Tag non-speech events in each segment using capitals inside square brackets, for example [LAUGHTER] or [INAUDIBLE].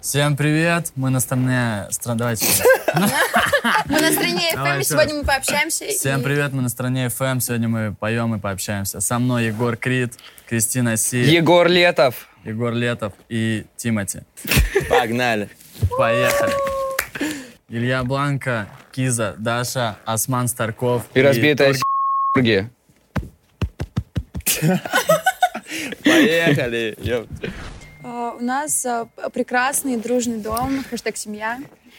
Всем привет! Мы на стороне... стран- Давайте. Мы на стране Давай, FM, всё. сегодня мы пообщаемся. и- Всем привет, мы на стороне FM. Сегодня мы поем и пообщаемся. Со мной Егор Крид, Кристина Си, Егор Летов. Егор Летов и Тимати. Погнали. Поехали! Илья Бланка, Киза, Даша, Осман Старков. И разбитая Торг- с***ги. Поехали. ёпт. А, У нас а, п- прекрасный дружный дом, хэштег семья.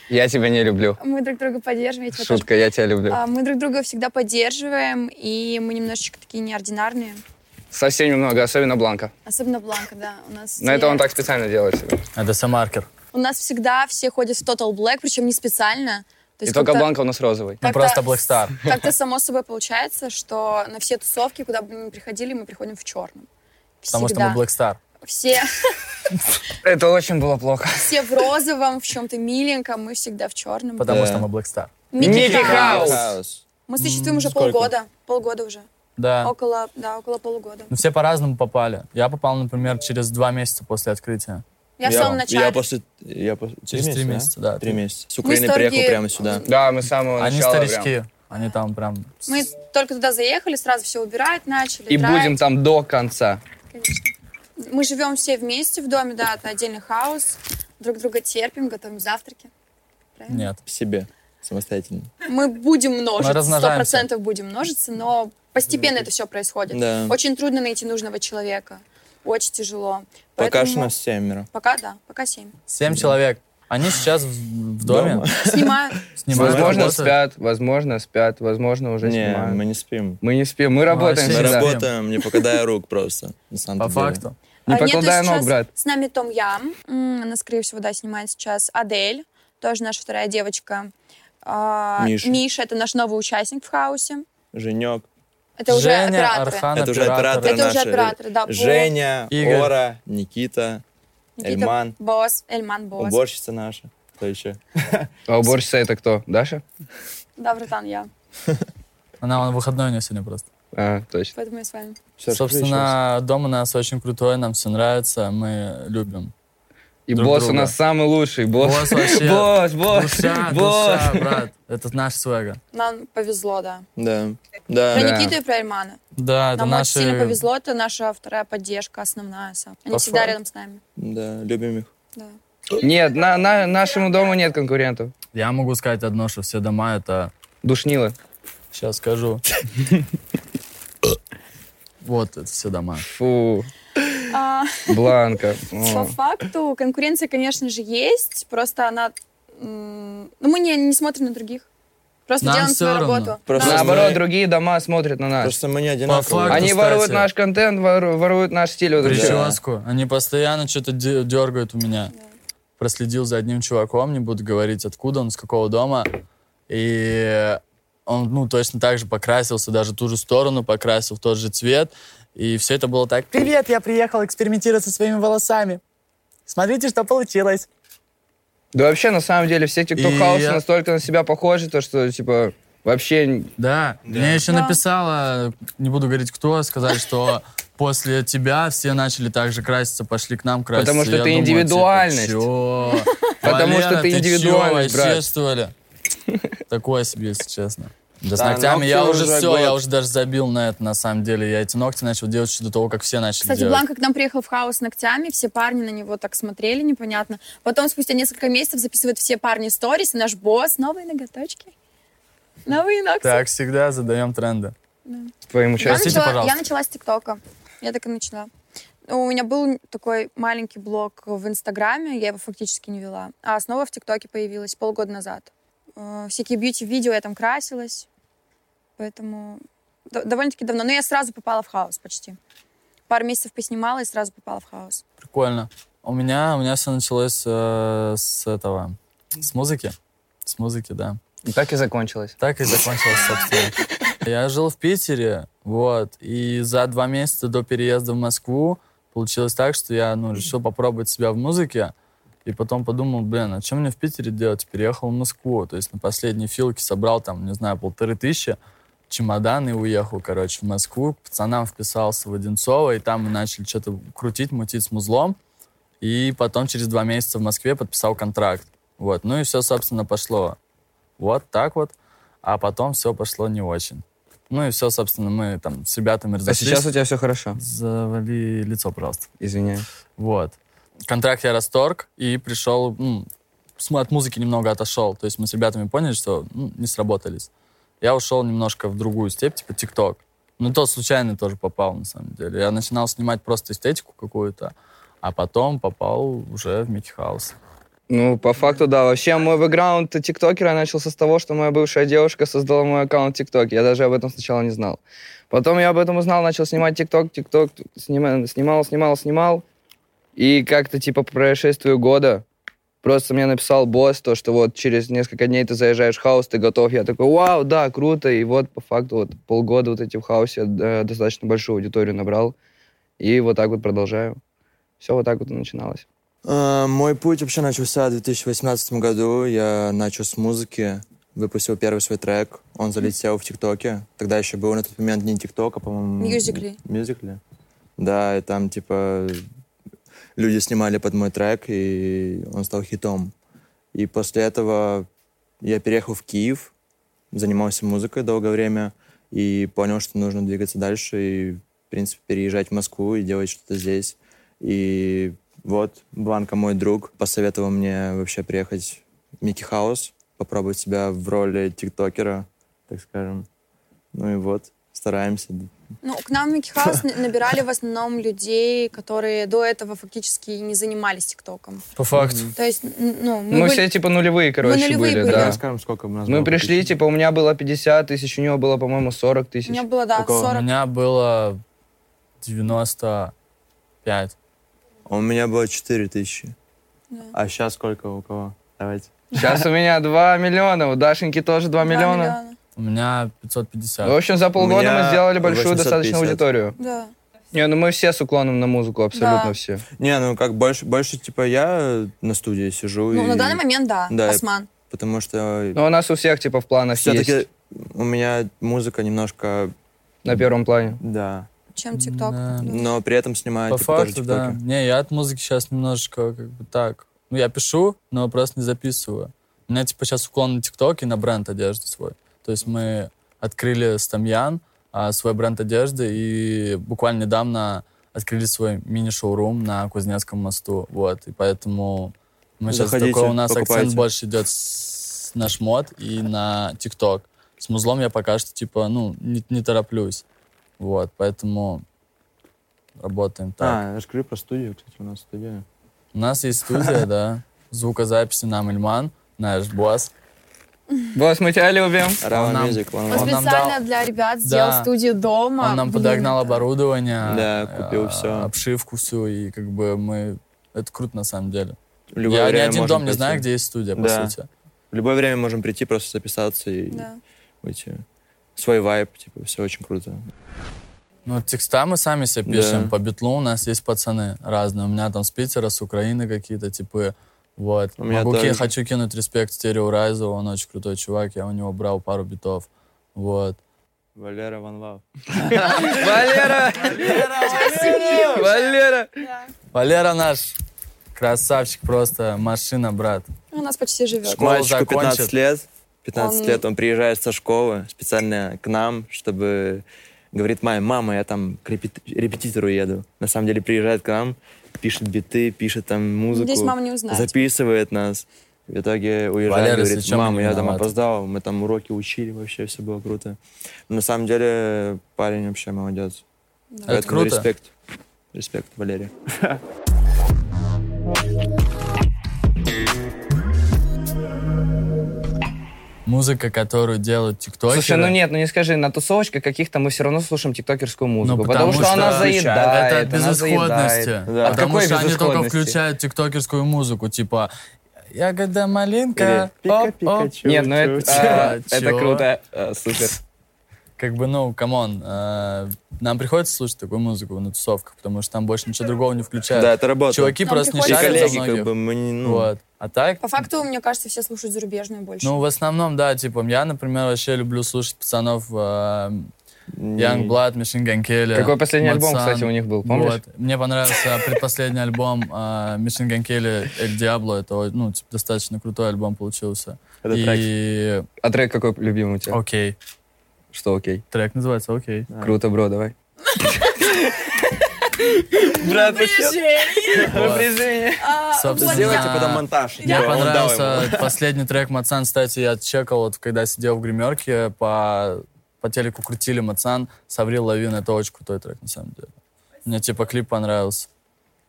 Я тебя не люблю. Мы друг друга поддерживаем. я тебя тоже Шутка, я тебя люблю. А, Мы друг друга всегда поддерживаем, и мы немножечко такие неординарные. Совсем немного, особенно Бланка. Особенно Бланка, да. У нас, Но все- Ну, это он так специально делает себе. Это Самаркер. у нас всегда все ходят в Total Black, причем не специально. То И есть только как-то- Бланка у нас розовый. Ну Как-то- просто Black Star. Как-то само собой получается, что на все тусовки, куда бы мы ни приходили, мы приходим в черном. Потому что мы Black Star. Все, Это очень было плохо. все в розовом, в чем-то миленьком, мы всегда в черном. Потому Да. что мы Black Star. Микки Хаус. Мы существуем уже Сколько? А. полгода. Полгода уже. Да. Около, да, около полугода. Ну, все по-разному попали. Я попал, например, через два месяца после открытия. Я, в самом начале. Я после... Я после... Через три месяца, да. Три месяца. С Мы с Украины Торги- приехал прямо сюда. Да, мы с самого Они начала прям. старички. Они там прям... с- Мы только туда заехали, сразу все убирать начали. И драить, будем там до конца. конечно. Мы живем все вместе в доме, да, это отдельный хаос. Друг друга терпим, готовим завтраки. Правильно? Нет. Себе. Самостоятельно. Мы будем Мы множиться, сто размножаемся. процентов будем множиться, но постепенно это все происходит. Да. Очень трудно найти нужного человека. Очень тяжело. Пока Поэтому- что у нас семеро. Пока, да, пока семь. Семь человек. Они сейчас в, в доме Дома. Снимаю. снимают Возможно, работу. спят, возможно, спят, возможно, уже Не, снимают. мы не спим. Мы не спим, мы работаем А, вообще Мы не всегда. А спим. работаем, не покидая рук просто. на самом-то По деле. факту. Не А, нету покладая ног, сейчас брат. С нами Том Ям. М, Она, скорее всего, да, снимает сейчас Адель, тоже наша вторая девочка. А, Миша. это наш новый участник в хаосе. Женек. Это уже Женя, операторы. Архан, Это уже операторы Это уже наши. операторы, да. Бо- Женя, Игорь. Ора, Никита, Никита Эльман. Босс, Эльман Босс. уборщица наша. Кто еще? А уборщица это кто? Даша? Да, братан, я. Она он выходной у нее сегодня просто. А, точно. Поэтому я с вами. Всё, Собственно, дом у нас очень крутой, нам все нравится, мы любим. И Друг босс друга. у нас самый лучший. Босс, Босс вообще. босс, [LAUGHS] босс, душа, босс. душа, брат. Это наш свега. Нам повезло, да. Да. Про Да. Да. Никиту и про Эльмана. Да, это Нам наши... очень сильно повезло, это наша вторая поддержка, основная. Са. Они По всегда факту. рядом с нами. Да, любим их. Да. Нет, на, на- нашему дому нет конкурентов. Я могу сказать одно, что все дома это... Душнило. Сейчас [LAUGHS] скажу. Вот, это все дома. Фу, А, Бланка. По О. факту конкуренция, конечно же, есть, просто она... м, Ну, мы не, не смотрим на других. Просто Нам делаем всё свою равно. работу. Просто Нам- мы- Наоборот, другие дома смотрят на нас. Просто мы не одинаковые. факту. Они кстати. воруют наш контент, вору- воруют наш стиль. вот это всё. Прическу. Они постоянно что-то дергают у меня. Проследил за одним чуваком, не буду говорить, откуда он, с какого дома. И он, ну, точно так же покрасился, даже ту же сторону покрасил, в тот же цвет. И все это было так. Привет, я приехал экспериментировать со своими волосами. Смотрите, что получилось. Да вообще, на самом деле, все И TikTok хаус я- настолько на себя похожи, то что, типа, вообще... Да, мне еще Да. написала, не буду говорить кто, [LAUGHS] сказали, что после тебя все начали так же краситься, пошли к нам краситься. Потому что Я ты думаю, типа, индивидуальность. «Чё? [LAUGHS] Потому Валера, что ты чё, индивидуальность, вообще, брат». [LAUGHS] что ли? Такое себе, если честно. Да, с Да, ногтями ну ногти я уже уже все, год. я уже даже забил на это, на самом деле. Я эти ногти начал делать еще до того, как все начали Кстати, делать. Бланка к нам приехал в хаос с ногтями, все парни на него так смотрели, непонятно. Потом, спустя несколько месяцев, записывают все парни сторис, и наш босс, новые ноготочки, новые ногти. Так всегда задаем тренды. Твоим я, участием. Простите, начала, пожалуйста. я начала с ТикТока. Я так и начала. Ну, У меня был такой маленький блог в Инстаграме, я его фактически не вела. А основа в ТикТоке появилась полгода назад. Э, Всякие бьюти-видео я там красилась. Поэтому до- довольно-таки давно. Но я сразу попала в хаос почти. Пару месяцев поснимала и сразу попала в хаос. Прикольно. У меня, у меня все началось э, с этого, с музыки. С музыки, да. И Так и закончилось. Так и закончилось, собственно. Я жил в Питере, вот, и за два месяца до переезда в Москву получилось так, что я, ну, решил попробовать себя в музыке, и потом подумал, блин, а чем мне в Питере делать? Переехал в Москву, то есть на последней филке собрал там, не знаю, полторы тысячи, чемодан и уехал, короче, в Москву. К пацанам вписался в Одинцово, и там мы начали что-то крутить, мутить с музлом. И потом через два месяца в Москве подписал контракт. Вот. Ну и все, собственно, пошло вот так вот. А потом все пошло не очень. Ну и все, собственно, мы там с ребятами А разошлись. сейчас у тебя все хорошо. Завали лицо, пожалуйста. Извиняюсь. Вот. Контракт я расторг и пришел, м, с- от музыки немного отошел. То есть мы с ребятами поняли, что м, не сработались. Я ушел немножко в другую степь, типа ТикТок. Ну, то случайно тоже попал, на самом деле. Я начинал снимать просто эстетику какую-то, а потом попал уже в Микки Хаус. Ну, по факту, да. Вообще, мой бэкграунд тиктокера начался с того, что моя бывшая девушка создала мой аккаунт в ТикТоке. Я даже об этом сначала не знал. Потом я об этом узнал, начал снимать ТикТок, ТикТок, снима- снимал, снимал, снимал. И как-то, типа, по происшествию года просто мне написал босс, то, что вот через несколько дней ты заезжаешь в хаос, ты готов. Я такой, вау, да, круто. И вот, по факту, вот полгода вот эти в хаосе э, достаточно большую аудиторию набрал. И вот так вот продолжаю. Все вот так вот и начиналось. Э, Мой путь вообще начался в 2018 году. Я начал с музыки, выпустил первый свой трек. Он залетел в ТикТоке. Тогда еще был на тот момент не ТикТок, а, по-моему... Мьюзикли. Мьюзикли. Да, и там, типа, люди снимали под мой трек, и он стал хитом. И после этого я переехал в Киев, занимался музыкой долгое время, и понял, что нужно двигаться дальше, и, в принципе, переезжать в Москву и делать что-то здесь. И вот Бланка, мой друг, посоветовал мне вообще приехать в Микки Хаус, попробовать себя в роли тиктокера, так скажем. Ну и вот, стараемся. Ну, к нам в Микки Хаус н- набирали в основном людей, которые до этого фактически и не занимались ТикТоком. По факту. То есть, н- ну, мы Мы, были- все, типа, нулевые, короче, нулевые были, были. да. Расскажем, сколько у нас Мы было пришли, подписчиков. типа, у меня было 50 тысяч, у него было, по-моему, 40 тысяч. У меня было, да, Какого? 40. У меня было 95. типа- У меня было 4 тысячи. Да. А сейчас сколько у кого? Давайте. [LAUGHS] Сейчас у меня 2 миллиона, у Дашеньки тоже 2 Два миллиона. У меня 550. В общем, за У полгода меня мы сделали большую 850. достаточно аудиторию. Да. Не, ну мы все с уклоном на музыку, абсолютно Да. все. Не, ну как больше, больше типа я на студии сижу. Ну, и- на данный момент, да. Да, и- Осман. Потому что Но у нас у всех, типа, в планах есть все-таки у меня музыка немножко, на первом плане. да. Чем ТикТок? Ну. Да. Да. Но при этом снимаю По типа, тоже факту, да. тиктоки. Не, я от музыки сейчас немножечко как бы так. Ну, я пишу, но просто не записываю. У меня, типа, сейчас уклон на ТикТок и на бренд одежды свой. То есть мы открыли с Тамьян а, свой бренд одежды и буквально недавно открыли свой мини-шоурум на Кузнецком мосту. Вот, и поэтому мы сейчас Заходите, такой у нас акцент покупайте. больше идет с- на шмот и на ТикТок. С музлом я пока что, типа, ну, не, не тороплюсь. Вот, поэтому работаем так. А, расскажи про студию, кстати, у нас студия. У нас есть [LAUGHS] студия, да. Звукозаписи нам Ильман, наш босс. Босс, мы тебя любим. Он Рава нам- Мьюзик, Он, Он нам специально дал- для ребят сделал Да. студию дома. Он нам Блин, подогнал это- оборудование. Да, купил э, всё. Обшивку всю, и как бы мы... Это круто, на самом деле. В любое я ни время один можем дом не прийти. знаю, где есть студия, по Да. сути. В любое время можем прийти, просто записаться и Да. уйти. Свой вайб, типа, все очень круто. Ну, текста мы сами себе Да. пишем. По битлу у нас есть пацаны разные. У меня там с Питера, с Украины какие-то типы. Вот. У меня Могу ки- тоже. хочу кинуть респект Стерео Райзу. Он очень крутой чувак. Я у него брал пару битов. Вот. Валера Ван Лав. Валера! Валера! Валера наш красавчик просто, машина, брат. Ну, У нас почти живет. Школа Мальчику 15 закончит. лет. 15 Он- лет он приезжает со школы специально к нам, чтобы... Говорит, маме, мама, я там к репет- репетитору еду. На самом деле приезжает к нам, пишет биты, пишет там музыку. Надеюсь, мама не узнает. Записывает нас. В итоге уезжает, Валера, говорит, если чё, мы мама, не я там виноваты». опоздал, мы там уроки учили, вообще все было круто. На самом деле парень вообще молодец. Да. Это Поэтому круто. Респект. Респект, Валерий. Музыка, которую делают тиктокеры. Слушай, ну нет, ну не скажи, на тусовочках каких-то мы все равно слушаем тиктокерскую музыку, потому, ну, потому что, она что- заедает. это от она безысходности. заедает. Да. От Потому какой что они только безысходности? включают тиктокерскую музыку, типа «Ягода малинка». Или оп, оп». «Пика-пикачу». Нет, ну это, Чё? а, это Чё? круто, А, супер. Как бы, ну, камон, э, нам приходится слушать такую музыку на тусовках, потому что там больше ничего другого не включают. Да, это работает. Чуваки Нам просто не И приходится- шарят за коллеги, многих. как бы, мы не, ну, Вот. А так, По факту, мне кажется, все слушают [LAUGHS] зарубежную больше. ну, в основном, да, типа, я, например, вообще люблю слушать пацанов э, не- Young Blood, Machine Gun Kelly. Какой последний альбом, Матсан. кстати, у них был, помнишь? Вот. Мне понравился предпоследний альбом а, Machine Gun Kelly El Diablo. Это ну, типа, достаточно крутой альбом получился. Это трек. И А трек какой любимый у тебя? окей. Что окей? Трек называется окей. Да. Круто, бро, давай. Ну, Брат, вы чё? Вот. А, Собственно, Сделайте Да. потом монтаж. Мне Типа, он дал понравился ему. [LAUGHS] последний трек Мацан. Кстати, я чекал, вот, когда сидел в гримерке, по, по телеку крутили Мацан, Саврил Лавин. Это очень крутой трек, на самом деле. Мне, типа, клип понравился.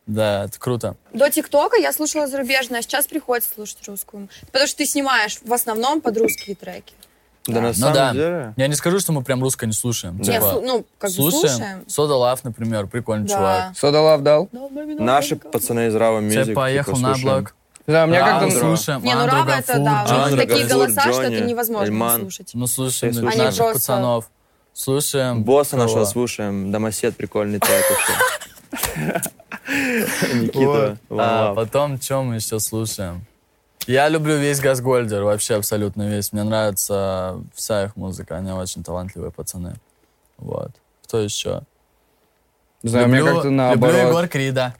Да, это круто. До ТикТока я слушала зарубежную, а сейчас приходится слушать русскую. Потому что ты снимаешь в основном под русские треки. Да, на Ну самом да. деле. Я не скажу, что мы прям русское не слушаем. Да. Нет, Типа, слу- ну, как бы слушаем. слушаем. Сода Лав, например, прикольный чувак. Да. Сода Лав дал? Ну, Наши пацаны из Рава Мьюзик. Тебе типа, поехал на слушаем. блок. Да, мне Да, Рава как-то... Андро. слушаем. Не, ну Андро Рава это, Гафур, да, у Джон них такие Гафур. Гамзур, голоса, что это Джонни, невозможно не Эльман. слушать. Ну, слушаем Они наших просто- пацанов. Слушаем. Босса кого? нашего слушаем. Домосед прикольный трек вообще. [LAUGHS] Никита. А вау. потом, чем мы еще слушаем? Я люблю весь Газгольдер, вообще абсолютно весь. Мне нравится вся их музыка, они очень талантливые пацаны. Вот. Кто еще? Не знаю, мне как-то люблю наоборот. Егор Крида.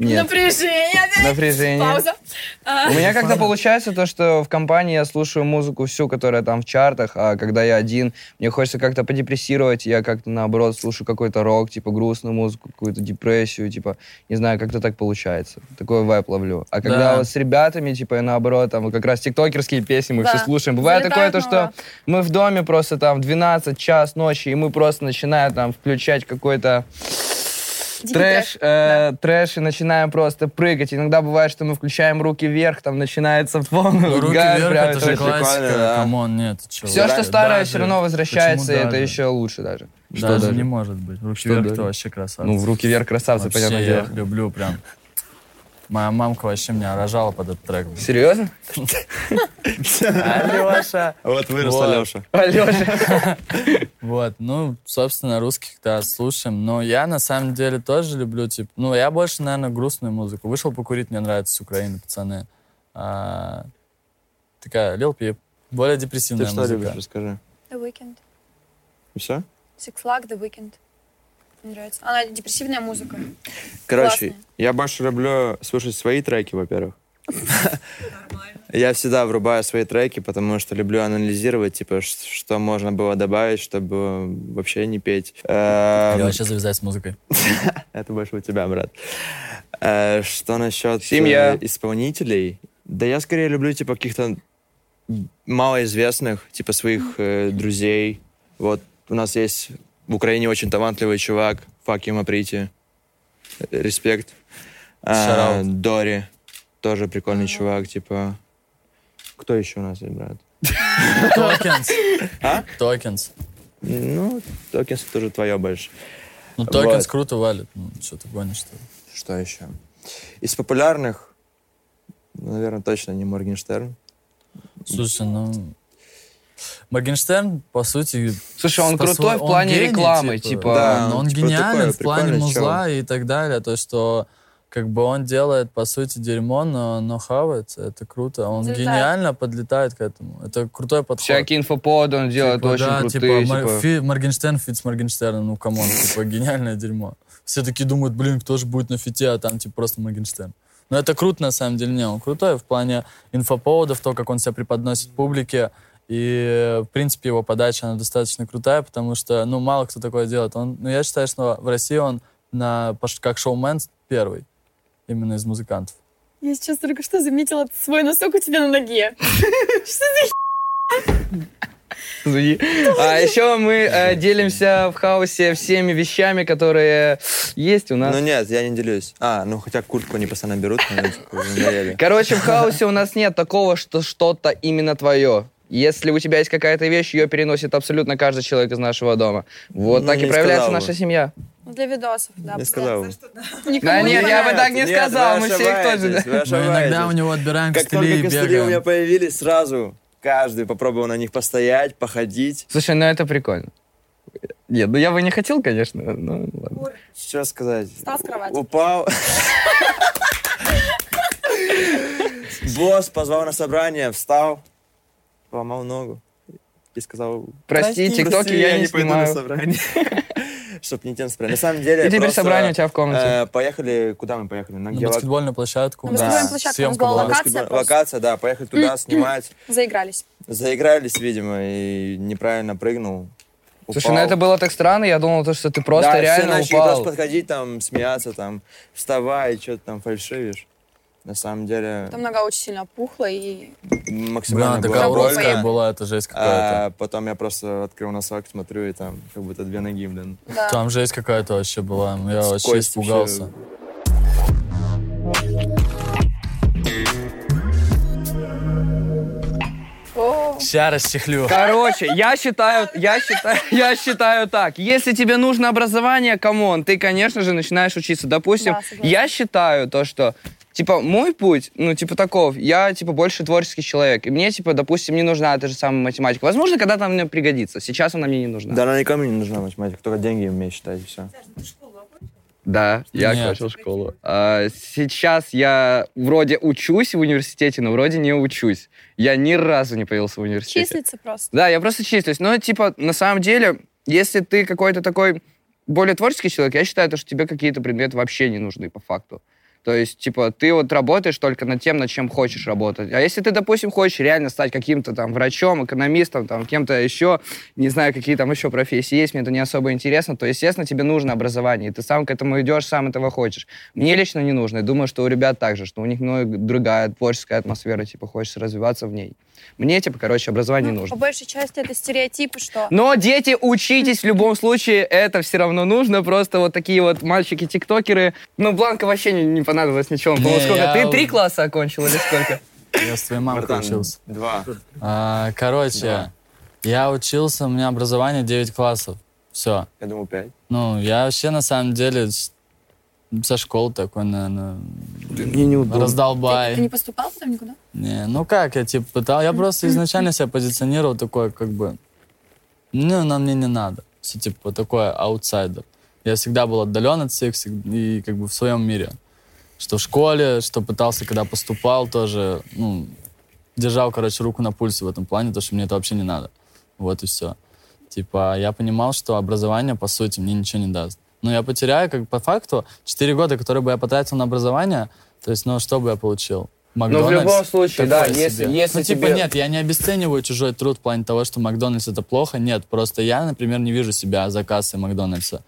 Нет, Напряжение опять. напряжение. Пауза. А, У меня как-то получается то, что в компании я слушаю музыку всю, которая там в чартах, а когда я один, мне хочется как-то подепрессировать, я как-то наоборот слушаю какой-то рок, типа грустную музыку, какую-то депрессию, типа, не знаю, как-то так получается. Такой вайп ловлю. А когда Да. вот с ребятами, типа, я наоборот, там как раз тиктокерские песни мы Да. все слушаем. Бывает Залетает такое то, что новое. мы в доме просто там в 12 час ночи, и мы просто начинаем там включать какой-то дикий трэш, э, трэш и начинаем просто прыгать. Иногда бывает, что мы включаем руки вверх, там начинается полный Ну, руки газ, вверх, прям это это же очень прикольно, классика. да. Камон, нет, ты чего? Все, Да- что старое, даже- все равно возвращается, и почему это даже? еще лучше даже. Даже даже? не может быть. Руки Что вверх, даже? это вообще красавцы. Ну, в руки вверх красавцы, Вообще, понятное я дело. их люблю прям. Моя мамка вообще меня рожала под этот трек. Серьезно? Алеша! Вот вырос Вот. Алеша. Алеша. Вот, ну, собственно, русских, да, слушаем. Но я, на самом деле, тоже люблю, типа, ну, я больше, наверное, грустную музыку. Вышел покурить, мне нравится с Украины, пацаны. А, такая, Лил Пип. Более Ты депрессивная что музыка. любишь, расскажи. трэш. The Weeknd. Все? Six Flag, The Weeknd. Мне нравится. Она депрессивная музыка. Короче, Классно. я больше люблю слушать свои треки, во-первых. Я всегда врубаю свои треки, потому что люблю анализировать, типа, ш- что можно было добавить, чтобы вообще не петь. Я Эм, вообще завязать с музыкой. Это больше у тебя, брат. Э, Что насчет Семья. э, исполнителей? Да я скорее люблю, типа, каких-то малоизвестных, типа, своих э, друзей. Вот у нас есть в Украине очень талантливый чувак, Fuck him, Априти. Э, Респект. А, Shout out. Дори. Тоже прикольный чувак, типа... Кто еще у нас есть, брат? Токенс. Токенс. Ну, Токинс тоже твое больше. Ну, Токенс Вот. круто валит. Ну, что ты гонишь, что ли? Что еще? Из популярных, наверное, точно не Моргенштерн. Слушай, ну... Моргенштерн, по сути... Слушай, он по крутой свой- в он плане гений, рекламы, типа. Да, он, он, типа, гениален такой в плане прикольный музла и так далее. То, что как бы он делает, по сути, дерьмо, но, но хавается. Это круто. Он Залетает. гениально подлетает к этому. Это крутой подход. Всякие инфоподы он делает Типа, очень да, крутые, типа, Мор- типа. Фи- Моргенштерн, фит с Моргенштерном, ну, камон, [LAUGHS] типа, гениальное дерьмо. Все такие думают, блин, кто же будет на фите, а там, типа, просто Моргенштерн. Но это круто, на самом деле, не, он крутой в плане инфоповодов, то, как он себя преподносит публике, и, в принципе, его подача, она достаточно крутая, потому что, ну, мало кто такое делает. Он, ну, я считаю, что в России он на, пош- как шоумен первый, именно из музыкантов. Я сейчас только что заметила свой носок у тебя на ноге. Извини. А еще мы э, делимся в хаосе всеми вещами, которые есть у нас. Ну нет, я не делюсь. А, ну хотя куртку они постоянно берут, но мне типа, уже надоели. Короче, [LAUGHS] в хаосе у нас нет такого, что что-то именно твое. Если у тебя есть какая-то вещь, ее переносит абсолютно каждый человек из нашего дома. Вот Ну, так и не проявляется сказал наша бы. семья. Ну, Для видосов, да. Не сказал. Никому Да А нет, не я бы понравится. так не сказал, мы все их тоже. Но Вы иногда у ошибаетесь. него отбираем Как костыли только и костыли у меня бегаем. появились, сразу каждый попробовал на них постоять, походить. Слушай, ну это прикольно. Нет, ну я бы не хотел, конечно, но ладно. Что сказать? Встал с кровати. Упал. Босс позвал на собрание, встал, поломал ногу. и сказал, Прости, «Прости, тиктоки я не пойду на [LAUGHS] снимаю. собрание. Чтоб не тем собрали. На самом деле, И теперь просто, собрание у тебя в комнате. э, Поехали, куда мы поехали? На На геолог- баскетбольную площадку. На баскетбольную площадку у нас съемка была была. локация баскетбол- просто. Локация, да, поехали туда снимать. Заигрались. Заигрались, видимо, и неправильно прыгнул. Слушай, упал. ну это было так странно, я думал, то, что ты просто Да, реально все начали упал. просто подходить, там, смеяться, там, вставай, что ты там фальшивишь. На самом деле, Там нога очень сильно опухла, и Блин, максимально она было такая Кого уродская поехали? была, это жесть какая-то. А потом я просто открыл носок, смотрю, и там как будто две ноги, блин. да. Там жесть какая-то вообще была. Я С вообще кости испугался. О, Сейчас расчехлю. Короче, я считаю, я считаю, [LAUGHS] я считаю так. Если тебе нужно образование, камон, ты, конечно же, начинаешь учиться. Допустим, Да, согласна. я считаю то, что Типа, мой путь, ну, типа, таков. Я, типа, больше творческий человек. И мне, типа, допустим, не нужна эта же самая математика. Возможно, когда-то она мне пригодится. Сейчас она мне не нужна. Да, она никому не нужна математика, только деньги умеешь считать, и все. Да, я Нет. окончил школу. А, сейчас я вроде учусь в университете, но вроде не учусь. Я ни разу не появился в университете. числится просто. Да, я просто числюсь. Но, типа, на самом деле, если ты какой-то такой более творческий человек, я считаю, то, что тебе какие-то предметы вообще не нужны по факту. То есть, типа, ты вот работаешь только над тем, над чем хочешь работать. А если ты, допустим, хочешь реально стать каким-то там врачом, экономистом, там, кем-то еще, не знаю, какие там еще профессии есть, мне это не особо интересно, то, естественно, тебе нужно образование, и ты сам к этому идешь, сам этого хочешь. Мне лично не нужно, и думаю, что у ребят так же, что у них много другая творческая атмосфера, типа, хочется развиваться в ней. Мне, типа, короче, образование не Ну, Ну, нужно. По большей части это стереотипы, что Но, дети, учитесь в любом случае, это все равно нужно. Просто вот такие вот мальчики-тиктокеры. Ну, Бланка вообще не, не понадобилось ничего. Он, по-моему, Не, сколько? я Ты вот- три класса окончил или сколько? Я с твоей мамой Братан, учился. Два. А, короче, Давай. я учился, у меня образование 9 классов. Все. Я думал, пять. Ну, я вообще на самом деле с- со школы такой, наверное, Мне неудобно. раздолбай. ты, ты не поступал там никуда? Не, ну как, я типа пытал, я просто изначально себя позиционировал такой, как бы, ну, нам мне не надо. Все, типа, такой аутсайдер. Я всегда был отдален от всех всег- и как бы в своем мире. Что в школе, что пытался, когда поступал, тоже, ну, держал, короче, руку на пульсе в этом плане, то, что мне это вообще не надо. Вот и все. Типа, я понимал, что образование, по сути, мне ничего не даст. Но я потеряю, как по факту, 4 года, которые бы я потратил на образование, то есть, ну, что бы я получил? Ну, в любом Макдональдс? случае, да, Такое если, себе. если ну, типа, тебе- нет, я не обесцениваю чужой труд в плане того, что Макдональдс это плохо. Нет, просто я, например, не вижу себя за кассой Макдональдса.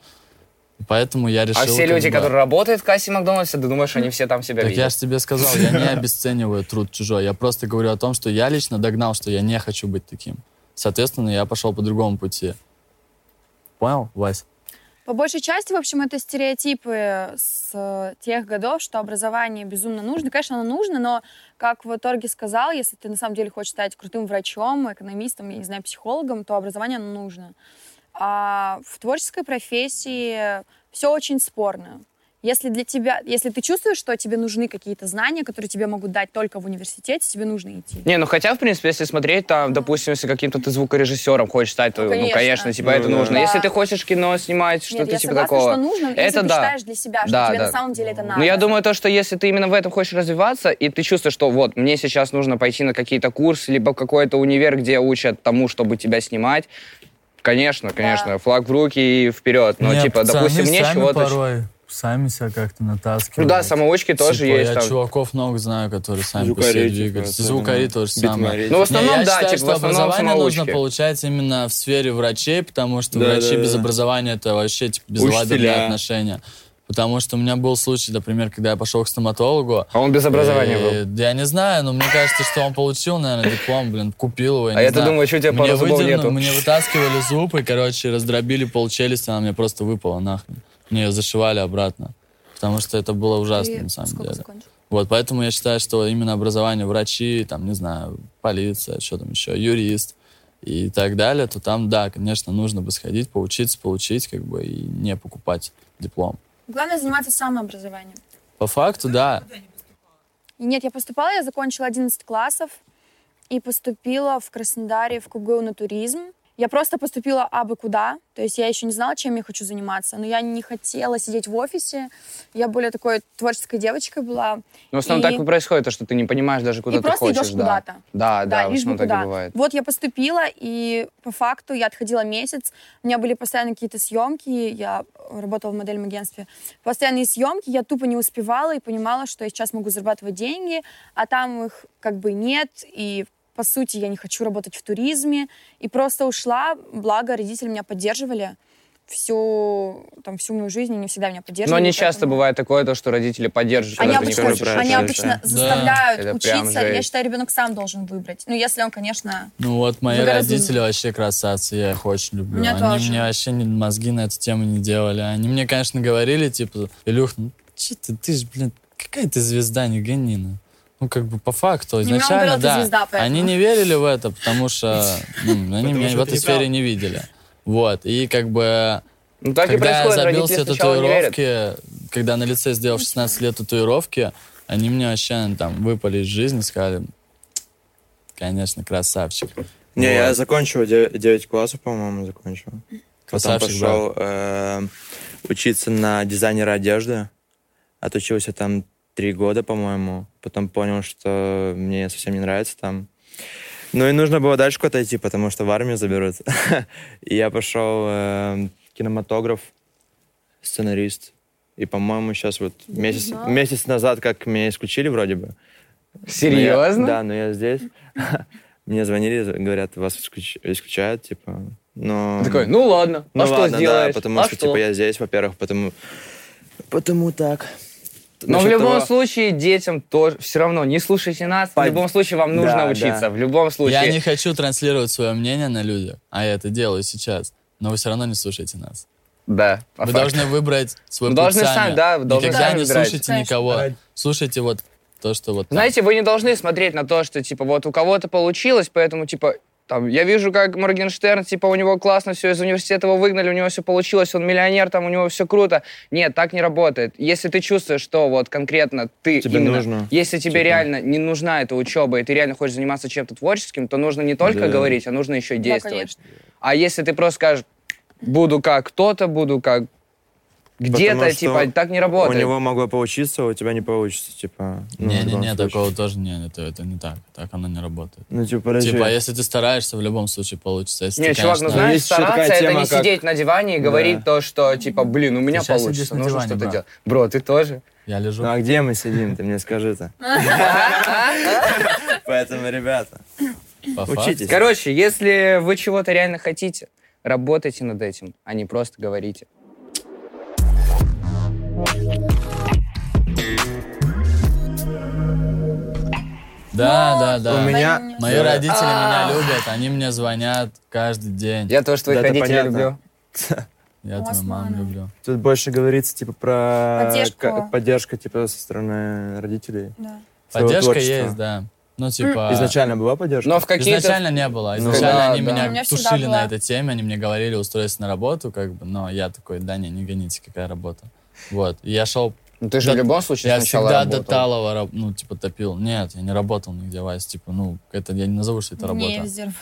Поэтому я решил... А все как люди, бы- которые работают в кассе Макдональдса, ты думаешь, они все там себя Так я видят? же тебе сказал, я не обесцениваю труд чужой. Я просто говорю о том, что я лично догнал, что я не хочу быть таким. Соответственно, я пошел по другому пути. Понял, Вась? По большей части, в общем, это стереотипы с э, тех годов, что образование безумно нужно. Конечно, оно нужно, но, как вот Торги сказал, если ты на самом деле хочешь стать крутым врачом, экономистом, я не знаю, психологом, то образование оно нужно. А в творческой профессии все очень спорно. Если для тебя, если ты чувствуешь, что тебе нужны какие-то знания, которые тебе могут дать только в университете, тебе нужно идти. Не, ну хотя, в принципе, если смотреть, там, допустим, если каким-то ты звукорежиссером хочешь стать, то, ну, конечно, конечно. типа, Ну, это да. нужно. Да. Если ты хочешь кино снимать, что-то Нет, я типа согласна, такого. что нужно, если Это ты да. считаешь для себя, что Да, тебе да. на самом деле это надо. Но Ну, я думаю, то, что если ты именно в этом хочешь развиваться, и ты чувствуешь, что вот, мне сейчас нужно пойти на какие-то курсы, либо какой-то универ, где учат тому, чтобы тебя снимать, конечно, конечно, флаг в руки и вперед. Но, Не, типа, пацаны допустим, мне сами чего-то... порой сами себя как-то Ну натаскивают. да, самоучки тоже Типа, есть Я там. чуваков много знаю, которые сами по Звукари, себе типа, двигаются. особенно. Звукари тоже самое. Битмари. Ну, в типа. основном, Не, я да, считаю, типа, что в основном образование самоучки. нужно получать именно в сфере врачей, потому что Да, врачи да, да. без образования это вообще типа, Учителя. безладные отношения. Потому что у меня был случай, например, когда я пошел к стоматологу. А он без образования и- был. да Я не знаю, но мне кажется, что он получил, наверное, диплом, блин, купил его. А не я-то знаю. думаю, чё у тебя Мне пара зубов выдерну- нету? Мне вытаскивали зуб и, короче, раздробили полчелюсти, она мне просто выпала нахрен. Мне ее зашивали обратно. Потому что это было ужасно, Ты на самом сколько деле. закончил? Вот, поэтому я считаю, что именно образование врачи, там, не знаю, полиция, что там еще, юрист и так далее, то там, да, конечно, нужно бы сходить, поучиться, получить, как бы, и не покупать диплом. Главное заниматься самообразованием. По факту, да. И Нет, я поступала, я закончила 11 классов и поступила в Краснодаре в КГУ на туризм. Я просто поступила абы куда, то есть я еще не знала, чем я хочу заниматься, но я не хотела сидеть в офисе, я более такой творческой девочкой была. Ну, в основном И- так и происходит, то, что ты не понимаешь даже, куда и ты просто хочешь. идешь да. куда-то. Да, да, в лишь бы основном так куда. и бывает. Вот я поступила, и по факту я отходила месяц. У меня были постоянно какие-то съемки, я работала в модельном агентстве. Постоянные съемки, я тупо не успевала и понимала, что я сейчас могу зарабатывать деньги, а там их как бы нет, и по сути я не хочу работать в туризме. И просто ушла, благо родители меня поддерживали всю, там, всю мою жизнь, они всегда меня поддерживали. Но не часто поэтому- бывает такое, то, что родители поддерживают, они когда ты не обычно, хочешь. хочешь они учиться. обычно Да. заставляют Это прям учиться. Я жесть. считаю, ребенок сам должен выбрать. Ну, если он, конечно, Ну вот, мои Ну, гораздо- родители вообще красавцы, я их очень люблю. Меня Они тоже. мне вообще не- мозги на эту тему не делали. Они мне, конечно, говорили, типа, Илюх, ну че ты, ты же, блин, какая ты звезда, не гони, ну». Ну, как бы по факту, меня он изначально, говорил, ты да. звезда, поэтому. они не верили в это, потому [LAUGHS] что ну, они меня что в ты этой играл. сфере не видели. Вот, и как бы Ну, так и когда я происходит, забил родители все сначала не верят. татуировки, когда на лице сделал в 16 лет татуировки, они мне вообще там выпали из жизни, сказали, конечно, красавчик. Не, Вот. я закончил 9 классов, по-моему, закончил. Потом Красавчик, пошел э, учиться на дизайнера одежды. Отучился там три года, по-моему. Потом понял, что мне совсем не нравится там. Ну и нужно было дальше куда-то идти, потому что в армию заберут. [LAUGHS] И я пошел э, кинематограф, сценарист. И, по-моему, сейчас вот месяц, месяц назад, как меня исключили вроде бы, но я- Серьезно? да, но я здесь. [LAUGHS] Мне звонили, говорят, вас исключ- исключают, типа. Но... Ты Такой, ну ладно, Ну а что ладно, сделаешь? Да, потому а что, типа, я здесь, во-первых, потому... Потому так. Но Ну, в Насчет любом того- случае детям тоже все равно не слушайте нас. Пон- В любом случае вам нужно Да, учиться. да. В любом случае. Я не хочу транслировать свое мнение на людях, а я это делаю сейчас. Но вы все равно не слушайте нас. Да. по Вы факту. должны выбрать свой Вы путь должны сами. сами, да, вы должны Никогда сами не выбирать. слушайте Конечно. никого. Ради- Слушайте вот то, что вот... там. Знаете, вы не должны смотреть на то, что типа вот у кого-то получилось, поэтому типа там, я вижу, как Моргенштерн, типа, у него классно все, из университета его выгнали, у него все получилось, он миллионер, там, у него все круто. Нет, так не работает. Если ты чувствуешь, что вот конкретно ты Тебе именно- нужно. если тебе Типа. реально не нужна эта учеба, и ты реально хочешь заниматься чем-то творческим, то нужно не только Да. говорить, а нужно еще и действовать. конечно. а если ты просто скажешь, буду как кто-то, буду как где-то, Потому что типа, так не работает. У него могло получиться, а у тебя не получится, типа. ну, в любом Не-не-не, случае. такого тоже не, это, это не так. Так оно не работает. Ну, типа, подожди. Типа, если ты стараешься, в любом случае получится. Если ты, Не, чувак, ну конечно, знаешь, Есть еще такая стараться это тема, не как- сидеть на диване и говорить Да. то, что типа, блин, у меня Ты сейчас получится, сидишь на нужно диване, что-то брат. делать. Бро, ты тоже? я лежу. Ну, а где мы сидим, ты [LAUGHS] мне скажи-то. Поэтому, ребята, по факту. учитесь. Короче, если вы чего-то реально хотите, работайте над этим, а не просто говорите. Да, да, да. У меня... Понятно. Мои А. Да. родители меня любят, они мне звонят каждый день. Я тоже твоих Да, это родителей понятно. люблю. Я твою маму Османа. люблю. Тут больше говорится, типа, про... Поддержку. ка- Поддержка, типа, со стороны родителей. Да. своего Поддержка творчества. есть, да. Ну, типа... Изначально была поддержка? А. Но в какие-то... Изначально не было. Ну, Изначально да, они да. меня У меня всегда тушили была. на этой теме, они мне говорили устроиться на работу, как бы, но я такой, да не, не гоните, какая работа. Вот. И я шел, Ну, ты же в Да, любом случае я сначала всегда до работал. Талова, раб- ну, типа, топил. Нет, я не работал нигде, Вась, типа, ну, это я не назову, что это Не, работа. везде работа.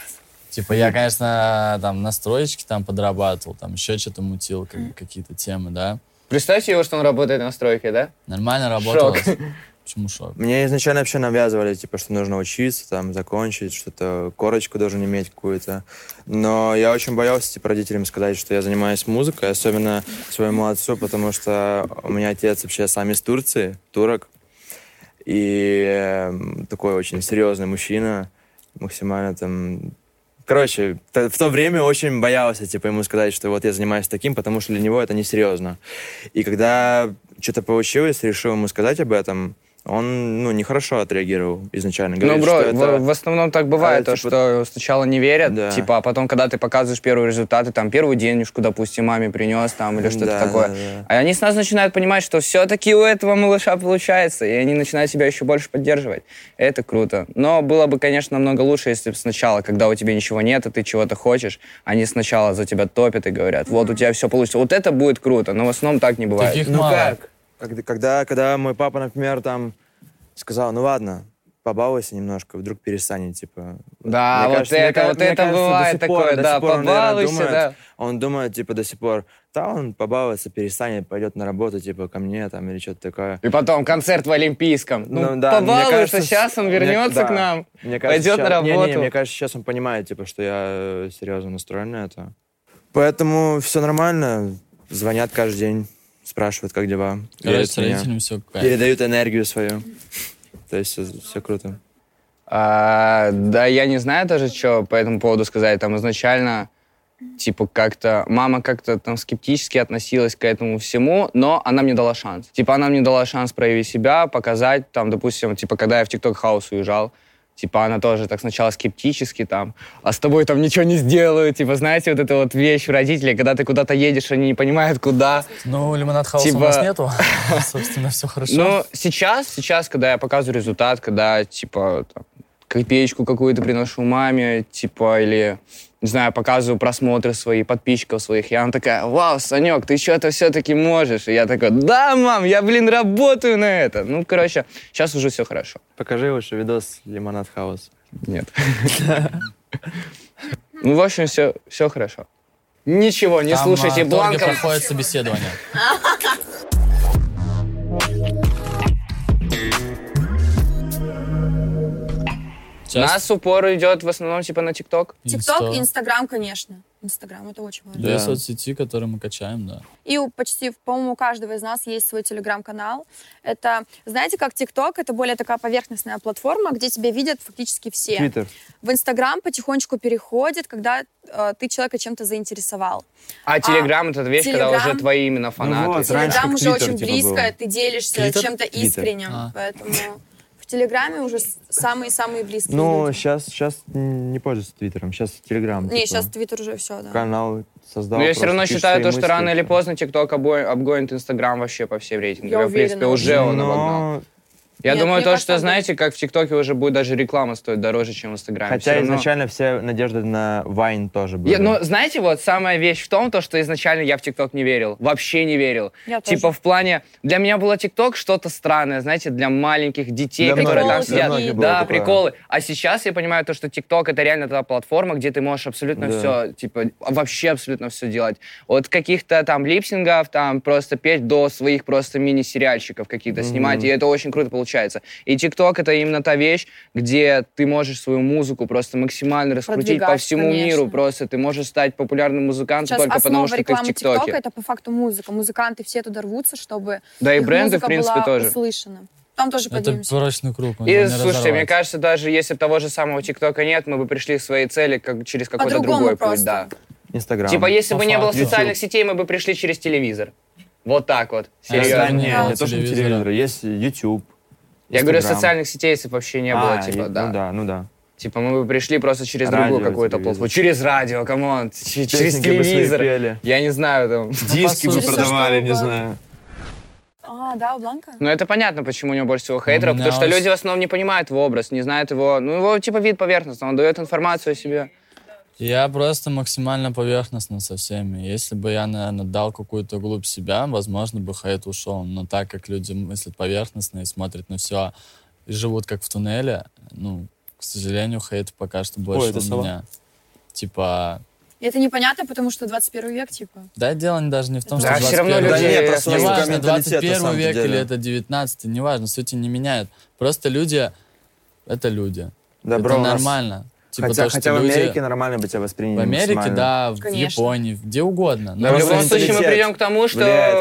Типа, я, конечно, там на строечке там подрабатывал, там еще что-то мутил, как бы, какие-то темы, да. Представьте его, что он работает на стройке, да? Нормально работал. Шок. Почему шок? Мне изначально вообще навязывали, типа, что нужно учиться, там, закончить, что-то, корочку должен иметь какую-то. Но я очень боялся, типа, родителям сказать, что я занимаюсь музыкой, особенно своему отцу, потому что у меня отец вообще сам из Турции, турок, и эм, такой очень серьезный мужчина, максимально там... Короче, т- в то время очень боялся, типа, ему сказать, что вот я занимаюсь таким, потому что для него это несерьезно. И когда что-то получилось, решил ему сказать об этом, он, ну, нехорошо отреагировал изначально. Ну, Говорит, бро, что в, это- в основном так бывает, а, то, типа- что сначала не верят, Да. типа, а потом, когда ты показываешь первые результаты, там, первую денежку, допустим, маме принес, там, или что-то Да, такое, да, да. а они сразу начинают понимать, что все-таки у этого малыша получается, и они начинают себя еще больше поддерживать. Это круто. Но было бы, конечно, намного лучше, если бы сначала, когда у тебя ничего нет, и ты чего-то хочешь, они сначала за тебя топят и говорят, вот у тебя все получится, вот это будет круто, но в основном так не бывает. Таких Ну мало. как? Когда, когда, когда мой папа, например, там сказал, ну ладно, побалуйся немножко, вдруг перестанет, типа... Да, Мне А, вот кажется, мне это, ка- вот мне это кажется, до бывает сих пор- такое, до да, сих пор он, наверное, побалуйся, думает, да. Он думает, типа, до сих пор, да, он побалуется, перестанет, пойдет на работу, типа, ко мне, там, или что-то такое. И потом концерт в Олимпийском. Ну, Ну да, мне побалуйся, кажется, сейчас он мне- вернется да. к нам. Мне Пойдет на щас- не-не, работу. мне кажется, сейчас он понимает, типа, что я э, серьезно настроен на это. Поэтому все нормально. Звонят каждый день, спрашивают, как дела. Короче, верят с в меня, родителями все кайф. Передают энергию свою. То есть все круто. А, да, я не знаю даже, что по этому поводу сказать. Там изначально, типа, как-то... Мама как-то там скептически относилась к этому всему, но она мне дала шанс. Типа, она мне дала шанс проявить себя, показать, там, допустим, типа, когда я в TikTok хаус уезжал, типа, она тоже так сначала скептически там, а с тобой там ничего не сделают, типа, знаете, вот эта вот вещь у родителей, когда ты куда-то едешь, они не понимают, куда. Ну, лимонад хауса у Типа- Ну, нас нету. [LAUGHS] Собственно, все хорошо. Но сейчас, сейчас, когда я показываю результат, когда, типа, там, копеечку какую-то приношу маме, типа, или, не знаю, показываю просмотры свои, подписчиков своих, и она такая, вау, Санек, ты что-то все-таки можешь. И я такой, да, мам, я, блин, работаю на это. Ну, короче, сейчас уже все хорошо. Покажи лучше видос Лимонад Хаус. [LAUGHS] Нет. Ну, в общем, все, все хорошо. Ничего, не Там, слушайте а, в торге Бланков. проходит собеседование. У Сейчас Нас упор идет в основном, типа, на ТикТок. Тикток и Инста. Инстаграм, конечно. Инстаграм, это очень важно. Две Да. соцсети, которые мы качаем, да. И у почти, по-моему, у каждого из нас есть свой телеграм-канал. Это, знаете, как ТикТок, это более такая поверхностная платформа, где тебя видят фактически все. Твиттер. В Инстаграм потихонечку переходит, когда э, ты человека чем-то заинтересовал. А Телеграм это вещь, когда Телеграм. уже твои именно Ну фанаты. вот, раньше Телеграм как уже Твиттер, очень типа, близко, было. ты делишься Твиттер? чем-то Твиттер. искренним. А. Поэтому в Телеграме уже с- самые-самые близкие Ну, люди. сейчас, сейчас не пользуюсь Твиттером, сейчас Телеграм. типа. Не, сейчас Твиттер уже все, да. канал создал. Но я все равно просто, пишешь считаю то, свои что мысли, рано или всё. поздно TikTok обо- обгонит Инстаграм вообще по всем рейтингам. Я в принципе, уверена. уже он обогнал. Но Я Нет, думаю, мне то, кажется, что, он знаете, как в ТикТоке уже будет даже реклама стоить дороже, чем в Инстаграме. Всё Хотя равно- изначально все надежды на Вайн тоже были. Я- ну, знаете, вот самая вещь в том, то, что изначально я в ТикТок не верил. Вообще не верил. Я тоже. типа в плане... Для меня было ТикТок что-то странное, знаете, для маленьких детей, Для которые многих- там для сидят. многих было Да, такое. приколы. А сейчас я понимаю то, что ТикТок — это реально та платформа, где ты можешь абсолютно Да. все, типа, вообще абсолютно все делать. От каких-то там липсингов, там просто петь до своих просто мини-сериальщиков каких-то снимать, и это очень круто получается. И ТикТок — это именно та вещь, где ты можешь свою музыку просто максимально раскрутить по Продвигать, всему миру, конечно. просто ты можешь стать популярным музыкантом Сейчас только основа потому, что ты в рекламы ТикТоке. ТикТоке. это по факту музыка. Музыканты все туда рвутся, чтобы Да и их бренды, в музыка принципе, была тоже. услышана. Там тоже Это поднимемся. порочный круг. он И, не слушайте, мне разорвать. кажется, даже если бы того же самого ТикТока нет, мы бы пришли к своей цели как, через какой-то По-другому другой путь, просто. да. Инстаграм. Типа, если По бы не было факту. социальных сетей, мы бы пришли через телевизор. Вот так А вот, Да, Серьезно? серьезно. не, Да. не то, что Телевизора. телевизора. Есть YouTube. Я говорю, Инстаграм. социальных сетей, если бы вообще не было, А, типа, и- да. Ну да, ну да. Типа, мы бы пришли просто через Радио, другую какую-то телевизор. платформу. Через радио, камон, ч- через Песенки бы свои телевизор. пели. Я не знаю, [LAUGHS] там... Диски Через бы Ну, всё, продавали, что не угодно. знаю. А, да, у Бланка? Ну, это понятно, почему у него больше всего хейтеров, меня потому что он- люди в основном не понимают его образ, не знают его... Ну, его, типа, вид поверхностный, он дает информацию о себе. Я просто максимально поверхностно со всеми. Если бы я, наверное, дал какую-то глубь себя, возможно, бы хейт ушел. Но так как люди мыслят поверхностно и смотрят на все, и живут как в туннеле, ну, к сожалению, хейт пока что больше это у сова. меня. Типа, И это непонятно, потому что 21 век, типа. да, дело не- даже не в том, Да, что всё равно 21 люди- век. Да нет, просто сука, Неважно, менталитет, на 21 самом век деле. или это 19 неважно, сути не меняет. Просто люди — это люди. Да, бро, у это нас- нормально. Типа хотя то, что хотя в люди- Америке нормально бы тебя восприняли. В Америке, максимально. да, в Конечно. Японии, где угодно. Но Да, В просто любом Просто случае, мы менталитет придем к тому, влияет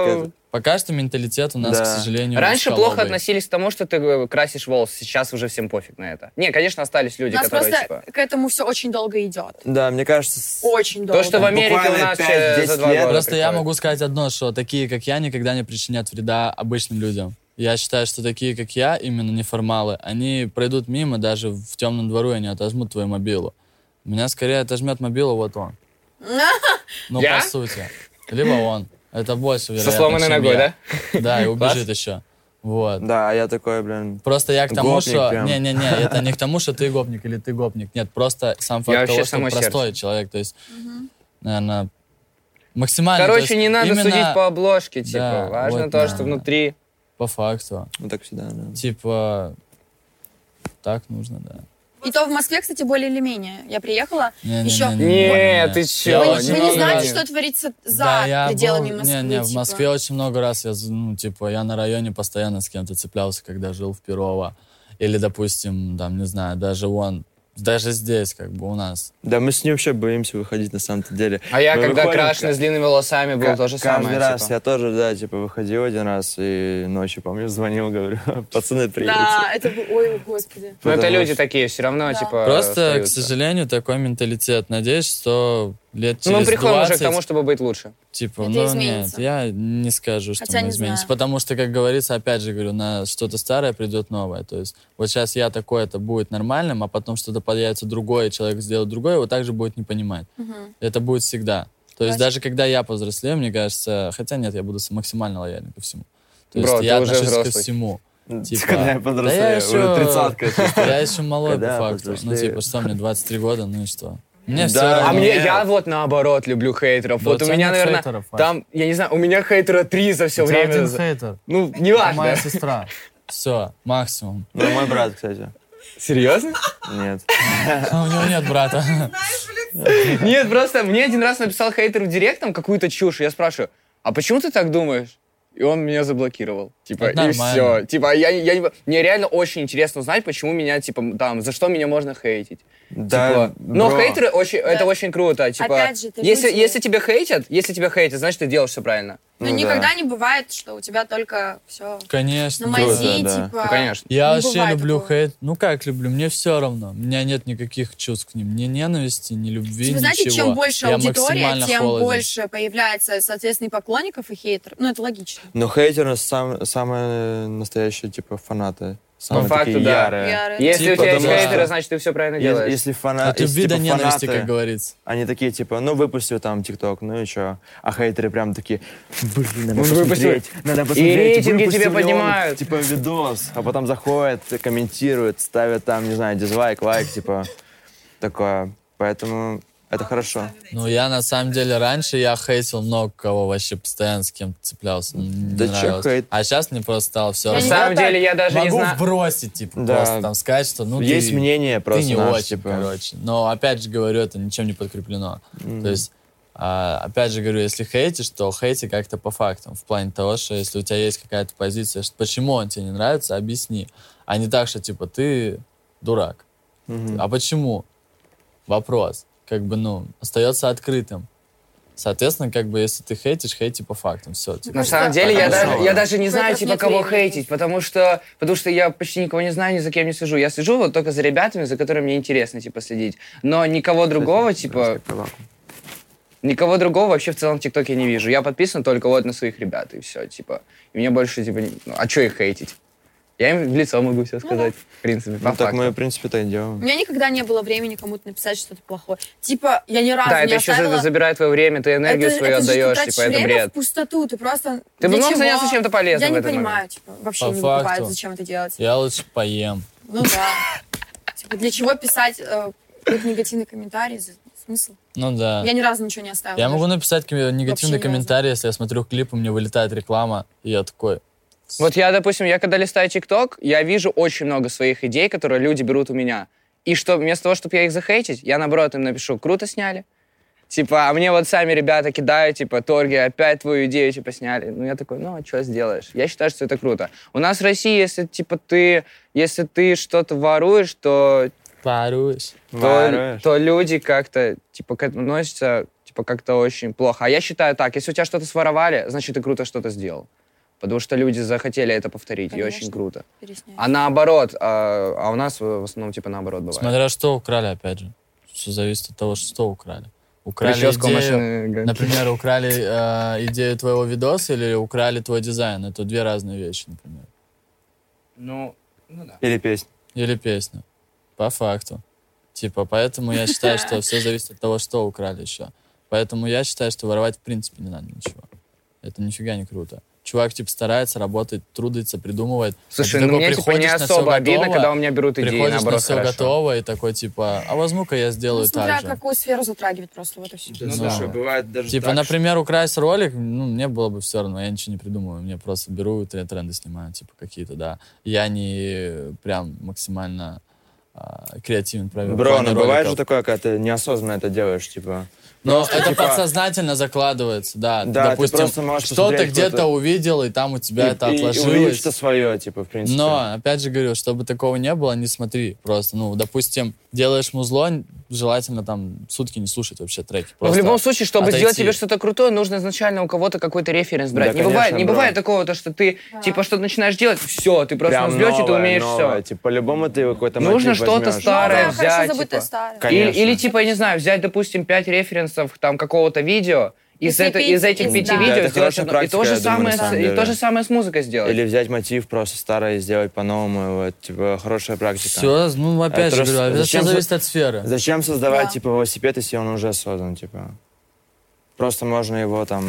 что... как-то. Пока что менталитет у нас, Да. к сожалению, Раньше узколобый. плохо относились к тому, что ты э, красишь волосы, сейчас уже всем пофиг на это. Не, конечно, остались люди, У нас которые, просто типа... к этому все очень долго идет. Да, мне кажется, с- Очень долго. То, что в Америке у Буквально нас э, 5-10 за два лет. года Просто я приходит. могу сказать одно, что такие, как я, никогда не причинят вреда обычным людям. Я считаю, что такие, как я, именно неформалы, они пройдут мимо, даже в темном двору они отожмут твою мобилу. Меня скорее отожмет мобилу вот [LAUGHS] он. Ну, Я? по сути. Либо он. Это больше Со вероятно, сломанной чем ногой, я. да? Да, и Класс. убежит еще. Вот. да, а я такой, блин. Просто я к тому, Гопник что... прям. Не-не-не, [LAUGHS] это не к тому, что ты гопник или ты гопник. Нет, просто сам Я факт вообще того, что само простой сердце. человек. То есть, наверное, максимально... А, то Короче, есть не надо именно судить по обложке, типа. Да, Важно вот то, да. что внутри. по факту. Ну так всегда, да. Типа... так нужно, да. И то в Москве, кстати, более или менее. Я приехала. Не, не, Еще- не, не, не, Не, не. ты Я че? Вы, Всё, не- не вы не могу. знаете, что творится за я пределами был- Москвы. Не, не, в типа. Москве очень много раз я, з- ну, типа, я на районе постоянно с кем-то цеплялся, когда жил в Перово. Или, допустим, там, не знаю, даже он, даже здесь, как бы, у нас. Да, мы с ней вообще боимся выходить на самом-то деле. А я, Мы когда выходим, крашеный с длинными волосами был, Ка- тоже каждый самое. раз типа. я тоже, да, типа, выходил один раз и ночью, помню, звонил, говорю, [LAUGHS] пацаны, приедете. Да, это был... Ой, господи. Ну, это Потому люди что- такие, все равно, Да. типа, Просто, к остаются. сожалению, такой менталитет. Надеюсь, что лет Ну, через мы приходим 20, уже к тому, чтобы быть лучше. типа, Это ну, нет, изменится. я не скажу, что Хотя мы не изменимся. знаю. Потому что, как говорится, опять же говорю, на что-то старое придет новое. То есть вот сейчас я такой, это будет нормальным, а потом что-то появится другое, человек сделает другое, его также будет не понимать. Мгм. Это будет всегда. То есть Точно. даже когда я повзрослею, мне кажется, хотя нет, я буду с- максимально лояльным ко всему. То есть Бро, я ты уже отношусь ко взрослый. всему. Типа, Ну, Когда я да подрастаю, я уже ещё- тридцатка. [LAUGHS] типа. Я еще молод по Когда факту. Ну повзрослею. типа, что мне 23 года, ну и что? Мне Да. все А А мне, мне- я вот наоборот люблю хейтеров. Да вот у у тебя меня, нет наверное, хейтеров, Вась. там, я не знаю, у меня хейтера три за все время. за- хейтер. Ну, неважно. [LAUGHS] сестра. Все, максимум. Ну, мой брат, кстати. Серьезно? Нет. А у него нет брата. [LAUGHS] Нет, просто мне один раз написал хейтер в директ там какую-то чушь. и Я спрашиваю, а почему ты так думаешь? И он меня заблокировал. Типа, Это и нормально. все. Типа, а я, я не... Мне реально очень интересно узнать, почему меня, типа, там, за что меня можно хейтить. Да, Типа, ну, но бро. хейтеры очень, это очень круто. Типа, Опять же, это если, люди. если тебя хейтят, если тебя хейтят, значит, ты делаешь все правильно. Ну, Ну, да. никогда не бывает, что у тебя только все Конечно. на мази, да, да. типа... Ну, конечно. Я Не вообще бывает люблю такого. хейт. Ну как люблю? Мне все равно. У меня нет никаких чувств к ним. Ни ненависти, ни любви, Вы Типа, знаете, ничего. чем больше Типа, Я аудитория, максимально тем холоден. больше появляется, соответственно, и поклонников, и хейтеров. Ну, это логично. Но хейтеры сам, самые настоящие, типа, фанаты. Самые факту, такие да. ярые. Ярые. Если Типа, у тебя есть потому что- хейтеры, значит, ты все правильно Е- делаешь. Если фана- От любви если, до типа, ненависти, фанаты, как говорится. Они такие, типа, ну, выпустил там ТикТок, ну и что? А хейтеры прям такие, блин, надо Он посмотреть, Ну, надо посмотреть. рейтинги выпустил тебе ли он, поднимают. Типа, видос. А потом заходят, комментируют, ставят там, не знаю, дизлайк, лайк, типа, такое. Поэтому это хорошо. Ну, я на самом деле раньше я хейтил много кого вообще постоянно с кем-то цеплялся. Да Да чё хейт? А сейчас мне просто стало все На Я не равно. самом знаю, деле, я даже не Могу знаю. бросить, типа, Да. просто там сказать, что ну Есть ты, мнение ты просто не наше, очень, типа. короче. Но опять же говорю, это ничем не подкреплено. То есть, а, опять же говорю, если хейтишь, то хейти как-то по фактам. В плане того, что если у тебя есть какая-то позиция, что почему он тебе не нравится, объясни. А не так, что типа ты дурак. Мгм. А почему? Вопрос. Как бы, ну, остается открытым. Соответственно, как бы, если ты хейтишь, хейти по фактам. типа. Все, На самом деле, я Потому что- даже, я даже не знаю, Вопрос типа, нет кого времени. хейтить, потому что, потому что я почти никого не знаю, ни за кем не сижу. Я сижу вот только за ребятами, за которыми мне интересно, типа, следить. Но никого другого, типа, никого другого вообще в целом в ТикТоке не вижу. Я подписан только вот на своих ребят, и все, типа. И мне больше, типа, не- ну, а что их хейтить? Я им в лицо могу все Ну сказать, в принципе, по Ну, так факту. мы, в принципе, так и У делаем. меня никогда не было времени кому-то написать что-то плохое. Типа, я ни разу Да, не это еще оставила... забирает твое время, ты энергию это, свою это же ты отдаешь, тратишь типа, это время бред. в пустоту, ты просто... Ты бы для мог чего? заняться чем-то полезным Я в не этот понимаю, момент? типа, вообще По не покупаю, факту. зачем это делать. Я лучше поем. Ну да. Типа, для чего писать э, какой-то негативный комментарий? За- Смысл? Ну да. Я ни разу ничего не оставила. Я даже. могу написать ком- А Вообще ни негативный разу. комментарий, если я смотрю клип, и мне вылетает реклама, и я такой, Вот я, допустим, я когда листаю ТикТок, я вижу очень много своих идей, которые люди берут у меня. И что вместо того, чтобы я их захейтить, я наоборот им напишу, круто сняли. Типа, а мне вот сами ребята кидают, типа, Торги, опять твою идею, типа, сняли. Ну, я такой, ну, а что сделаешь? Я считаю, что это круто. У нас в России, если, типа, ты, если ты что-то воруешь, то, паруешь. то, Воруешь. то люди как-то, типа, к этому относятся, типа, как-то очень плохо. А я считаю так, если у тебя что-то своровали, значит, ты круто что-то сделал. Потому что люди захотели это повторить, и Конечно. очень круто. Пересняю. А наоборот, а, а у нас в основном типа наоборот бывает. Смотря что украли, опять же. Все зависит от того, что украли. Украли Прическу, идею, машины, га- например, украли э, идею твоего видоса или украли твой дизайн. Это две разные вещи, например. Ну, ну да. Или песня. Или песню. По факту. Типа, поэтому я считаю, что [LAUGHS] все зависит от того, что украли еще. Поэтому я считаю, что воровать в принципе не надо ничего. Это нифига не круто. Чувак, типа, старается, работает, трудится, придумывает. А Слушай, ты ну такой мне типа приходишь не на всё особо обидно, готово, когда у меня берут идеи, Приходишь на наоборот, все хорошо. Ну, готово и такой, типа, а возьму-ка я Ну, сделаю смотря так же. какую сферу затрагивает просто вот и все. Ну да. слушай, бывает даже Типа, например, украсть ролик, ну, мне было бы все равно, я ничего не придумываю, мне просто беру тре- тренды снимаю, типа, какие-то, да. Я не э, прям максимально а, креативен правильно. Бро, ну Плане бывает роликов. же такое, когда ты неосознанно это делаешь, типа. Но это типа- подсознательно закладывается, да. Да, ты Допустим, просто можешь что ты посмотреть где-то какой-то- увидел, и там у тебя и- это и- и увидишь отложилось. что свое, типа, в принципе. Но, опять же говорю, чтобы такого не было, не смотри просто. Ну, допустим, делаешь музло, желательно там сутки не слушать вообще Ну, треки. Но в Просто А любом случае, чтобы отойти. сделать тебе что-то крутое, нужно изначально у кого-то какой-то референс брать. Да, не бывает, конечно, не бро. бывает такого, то, что ты типа что-то начинаешь делать, все, ты просто Прям узнаешь, и ты новое, умеешь новое, все. Типа, по-любому ты какой-то Нужно мотив что-то возьмешь. старое Новое, хорошо взять, забытое типа. старое. Конечно. Или, или, типа, я не знаю, взять, допустим, пять референсов там какого-то видео, из, слепить это, из этих из- пяти да. видео Да, это сделать хорошая одно. И то, практика, же я думаю, самое на с, самом и то деле. же самое с музыкой сделать. Или взять мотив просто старое и сделать по-новому. Вот, типа, хорошая практика. Все, ну, опять Это же ж- говорю, а зачем все за- зависит от сферы. Зачем создавать, Да. типа, велосипед, если он уже создан, типа? Просто можно его там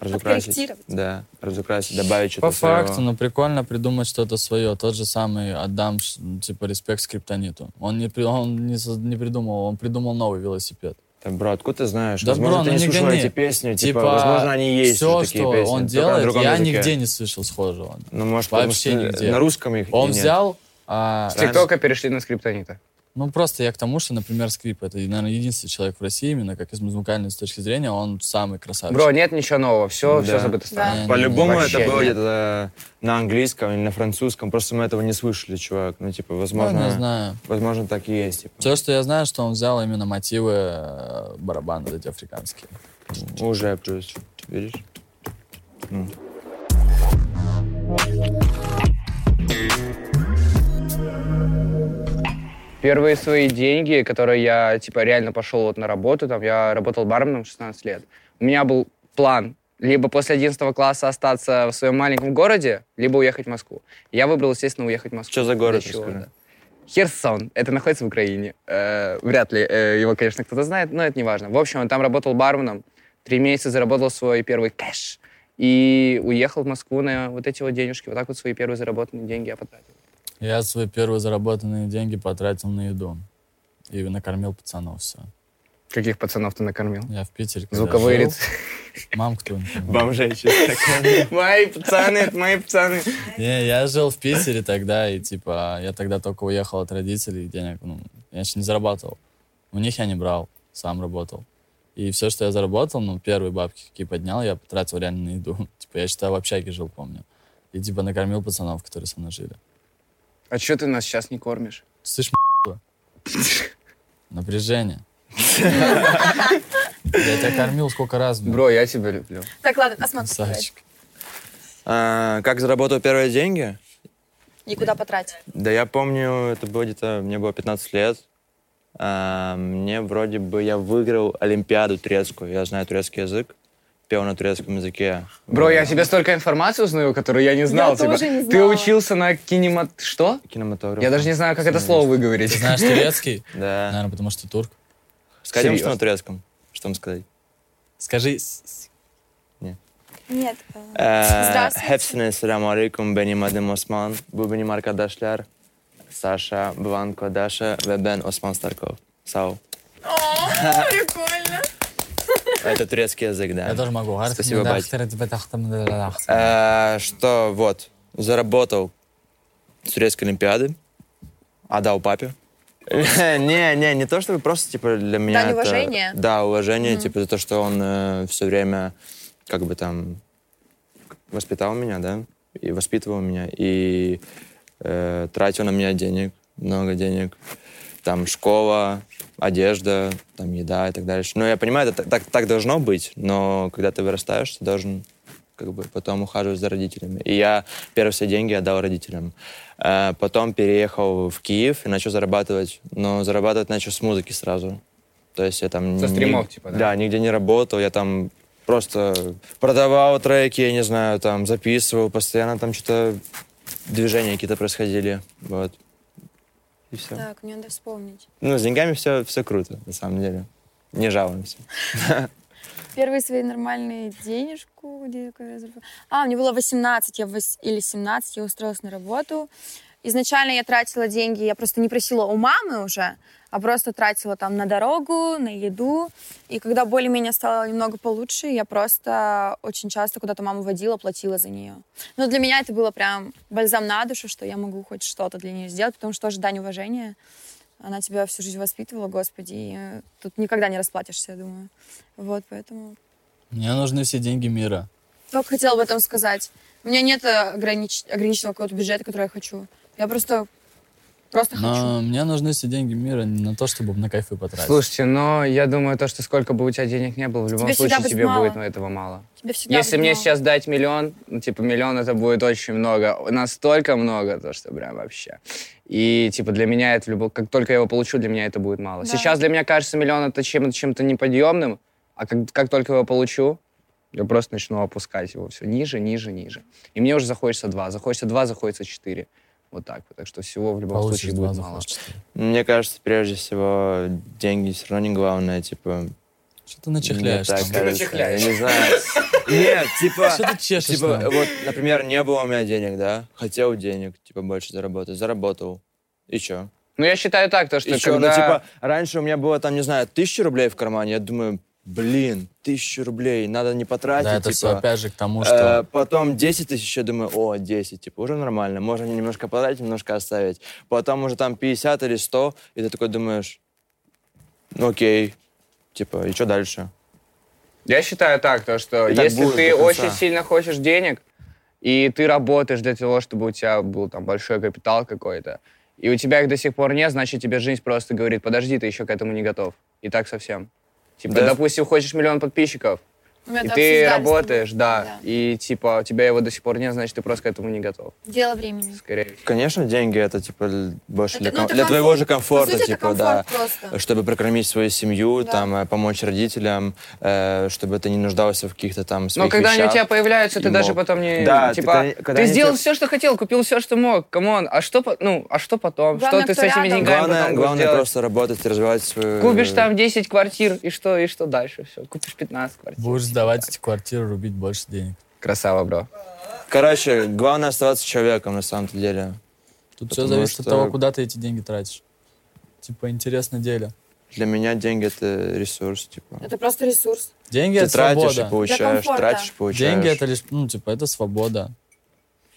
разукрасить. Откорректировать. Да, разукрасить, добавить что-то По факту, ну. своего. но прикольно придумать что-то свое. Тот же самый отдам, ш- типа, респект скриптониту. Он не, при- он не, со- не придумал, он придумал новый велосипед. Да, бро, откуда ты знаешь? Да, возможно, бро, ты ну не нигде слушал не- эти песни, типа, возможно, они есть Все, уже такие что он песни, только на делает, другом я языке. нигде не слышал схожего. Ну, может, Вообще потому что нигде. на русском их Он и нет. взял... а, С ТикТока перешли на скриптонита. Ну, просто я к тому, что, например, скрип это, наверное, единственный человек в России, именно как из музыкальной точки зрения, он самый красавчик. Ну, Бро, нет ничего нового, все, Да. все забыто Да. старое. По-любому Вообще это было нет. где-то на английском или на французском, просто мы этого не слышали, чувак. Ну, типа, Ну, возможно, не знаю. возможно так и есть. Типа. Все, что я знаю, что он взял именно мотивы э, барабаны вот эти африканские. Уже плюс, видишь? Ну. Первые свои деньги, которые я, типа, реально пошел вот на работу, там, я работал барменом 16 лет. У меня был план либо после 11 класса остаться в своем маленьком городе, либо уехать в Москву. Я выбрал, естественно, уехать в Москву. Чё за город, Для чего, расскажи? да. Херсон. Это находится в Украине. Э, вряд ли э, его, конечно, кто-то знает, но это не важно. В общем, он там работал барменом. Три месяца заработал свой первый кэш. И уехал в Москву на вот эти вот денежки. Вот так вот свои первые заработанные деньги я потратил. Я свои первые заработанные деньги потратил на еду. И накормил пацанов все. Каких пацанов ты накормил? Я в Питере. когда Звуковые жил, рецепты. Мам, кто не понимает. Бомжей чисто. Мои пацаны, это мои пацаны. Не, я жил в Питере тогда, и типа я тогда только уехал от родителей, и денег, ну, я еще не зарабатывал. У них я не брал, сам работал. И все, что я заработал, ну, первые бабки, какие поднял, я потратил реально на еду. [LAUGHS] Типа я считаю, в общаге жил, помню. И типа накормил пацанов, которые со мной жили. А что ты нас сейчас не кормишь? Слышь, м***ва? напряжение. Я тебя кормил сколько раз, блин, Бро, я тебя люблю. Так, ладно, осмотрим. красавчик. А, Как заработал первые деньги? Никуда потратить. Да я помню, это было где-то, мне было 15 лет. А, Мне вроде бы, я выиграл Олимпиаду турецкую. Я знаю турецкий язык, пел на турецком языке. Бро, я тебе столько информации узнаю, которую я не знал. Я типа, тоже не Ты знала. учился на кинемат... Что? Кинематограф. Я даже не знаю, как это слово выговорить. Ты [LAUGHS] знаешь турецкий? Да. Наверное, потому что ты турк. Скажи, Серьёзно? что на турецком? Что вам сказать? Скажи, с- с- Нет. Э, Здравствуйте. Hepsine selam aleyküm. Benim adım Osman. Bu benim arkadaşlar. Саша, Блан Кодаша, ve ben Osman Starkov. Sağ ol. Прикольно. Это турецкий язык, да. я тоже могу. Спасибо, Э, Что, вот, заработал с турецкой олимпиады, отдал папе. [LAUGHS] Не, не, не то чтобы просто, типа, для меня это- уважение. Да, уважение, типа, за то, что он все время, как бы там, воспитал меня, да, и воспитывал меня, и э, тратил на меня денег, много денег. Там школа, одежда, там еда и так дальше. Ну, я понимаю, это та- так, так должно быть, но когда ты вырастаешь, ты должен как бы потом ухаживать за родителями. И я первые все деньги отдал родителям. Э, потом переехал в Киев и начал зарабатывать, но зарабатывать начал с музыки сразу. То есть я там... Со ни- стримов, типа, да? Да, нигде не работал, я там просто продавал треки, я не знаю, там записывал, постоянно там что-то движения какие-то происходили, вот. И все. Так, мне надо вспомнить. Ну, с деньгами все, все круто, на самом деле. Не жалуемся. Первые свои нормальные денежку. где я заработала? А, мне было 18 я вос- или 17, я устроилась на работу. Изначально я тратила деньги, я просто не просила у мамы уже, а просто тратила там на дорогу, на еду. И когда более-менее стало немного получше, я просто очень часто куда-то маму водила, платила за нее. Но для меня это было прям бальзам на душу, что я могу хоть что-то для нее сделать, потому что тоже дань уважения. Она тебя всю жизнь воспитывала, господи, и тут никогда не расплатишься, я думаю. Вот, поэтому Мне нужны все деньги мира. только хотела об этом сказать. У меня нет э, огранич- ограниченного какого-то бюджета, который я хочу. Я просто, просто хочу. Но мне нужны все деньги мира не на то, чтобы на кайфы потратить. Слушайте, но я думаю, то, что сколько бы у тебя денег не было, в любом Тебе всегда случае будет тебе мало. будет этого мало. Тебе всегда Если будет мне мало. сейчас дать миллион, ну, типа миллион это будет очень много, настолько много, то что прям вообще. И типа для меня это любо- как только я его получу, для меня это будет мало. Да. Сейчас для меня кажется миллион это чем- чем-то неподъемным, а как, как только я его получу, я просто начну опускать его все ниже, ниже, ниже. И мне уже захочется два, захочется два, захочется четыре. Вот так вот. Так что всего в любом Получишь случае два, будет мало. захочешь четыре. Мне кажется, прежде всего, деньги все равно не главное, типа... Что ты начехляешь мне там? так кажется. начехляешь? Я не знаю. [LAUGHS] Нет, типа... Что ты чешешь Типа, там? вот, например, не было у меня денег, да? Хотел денег, типа, больше заработать. Заработал. И чё? Ну, я считаю так, то, что И чё? когда... Ну, типа, раньше у меня было, там, не знаю, тысяча рублей в кармане. Я думаю, блин, тысячу рублей надо не потратить, Да, это типа. все опять же к тому, Э, что... потом 10 тысяч, я думаю, о, 10, типа, уже нормально, можно немножко потратить, немножко оставить. Потом уже там 50 или 100, и ты такой думаешь, ну окей, типа, и что дальше? Я считаю так, то что И так если будет ты до конца. очень сильно хочешь денег, и ты работаешь для того, чтобы у тебя был там большой капитал какой-то, и у тебя их до сих пор нет, значит тебе жизнь просто говорит, подожди, ты еще к этому не готов. И так совсем. Типа, Да. допустим, хочешь миллион подписчиков, Мы это обсуждали и ты с тобой. работаешь, да, Да. и типа у тебя его до сих пор нет, значит ты просто к этому не готов. Дело времени. Скорее. Конечно, деньги это, типа, л- больше Это- для, ну, ком- это для комфорт. твоего же По комфорта, сути, это типа, да. комфорт просто. Чтобы прокормить свою семью, Да. там, э, помочь родителям, э, чтобы ты не нуждался в каких-то там Но своих когда они у вещах. тебя появляются, ты и даже мог. потом не... Да, ты типа, когда- ты, когда они сделал тебе- все, что хотел, купил все, что мог, камон, а что, по- ну, а что потом? Главное, что ты кто с этими рядом. деньгами Главное, потом будешь главное делать? просто работать и развивать свою... Купишь там 10 квартир, и что, и что дальше? Все, купишь 15 квартир. Будешь сдавать эти квартиры, рубить больше денег. Красава, бро. Короче, главное оставаться человеком, на самом-то деле. Тут все Потому зависит от что- того, куда ты эти деньги тратишь. Типа, интересное деле. Для меня деньги это ресурс, типа. Это просто ресурс. Деньги — Ты это тратишь и свобода. Для получаешь, комфорта. тратишь и получаешь. Деньги — это лишь, ну, типа, это свобода.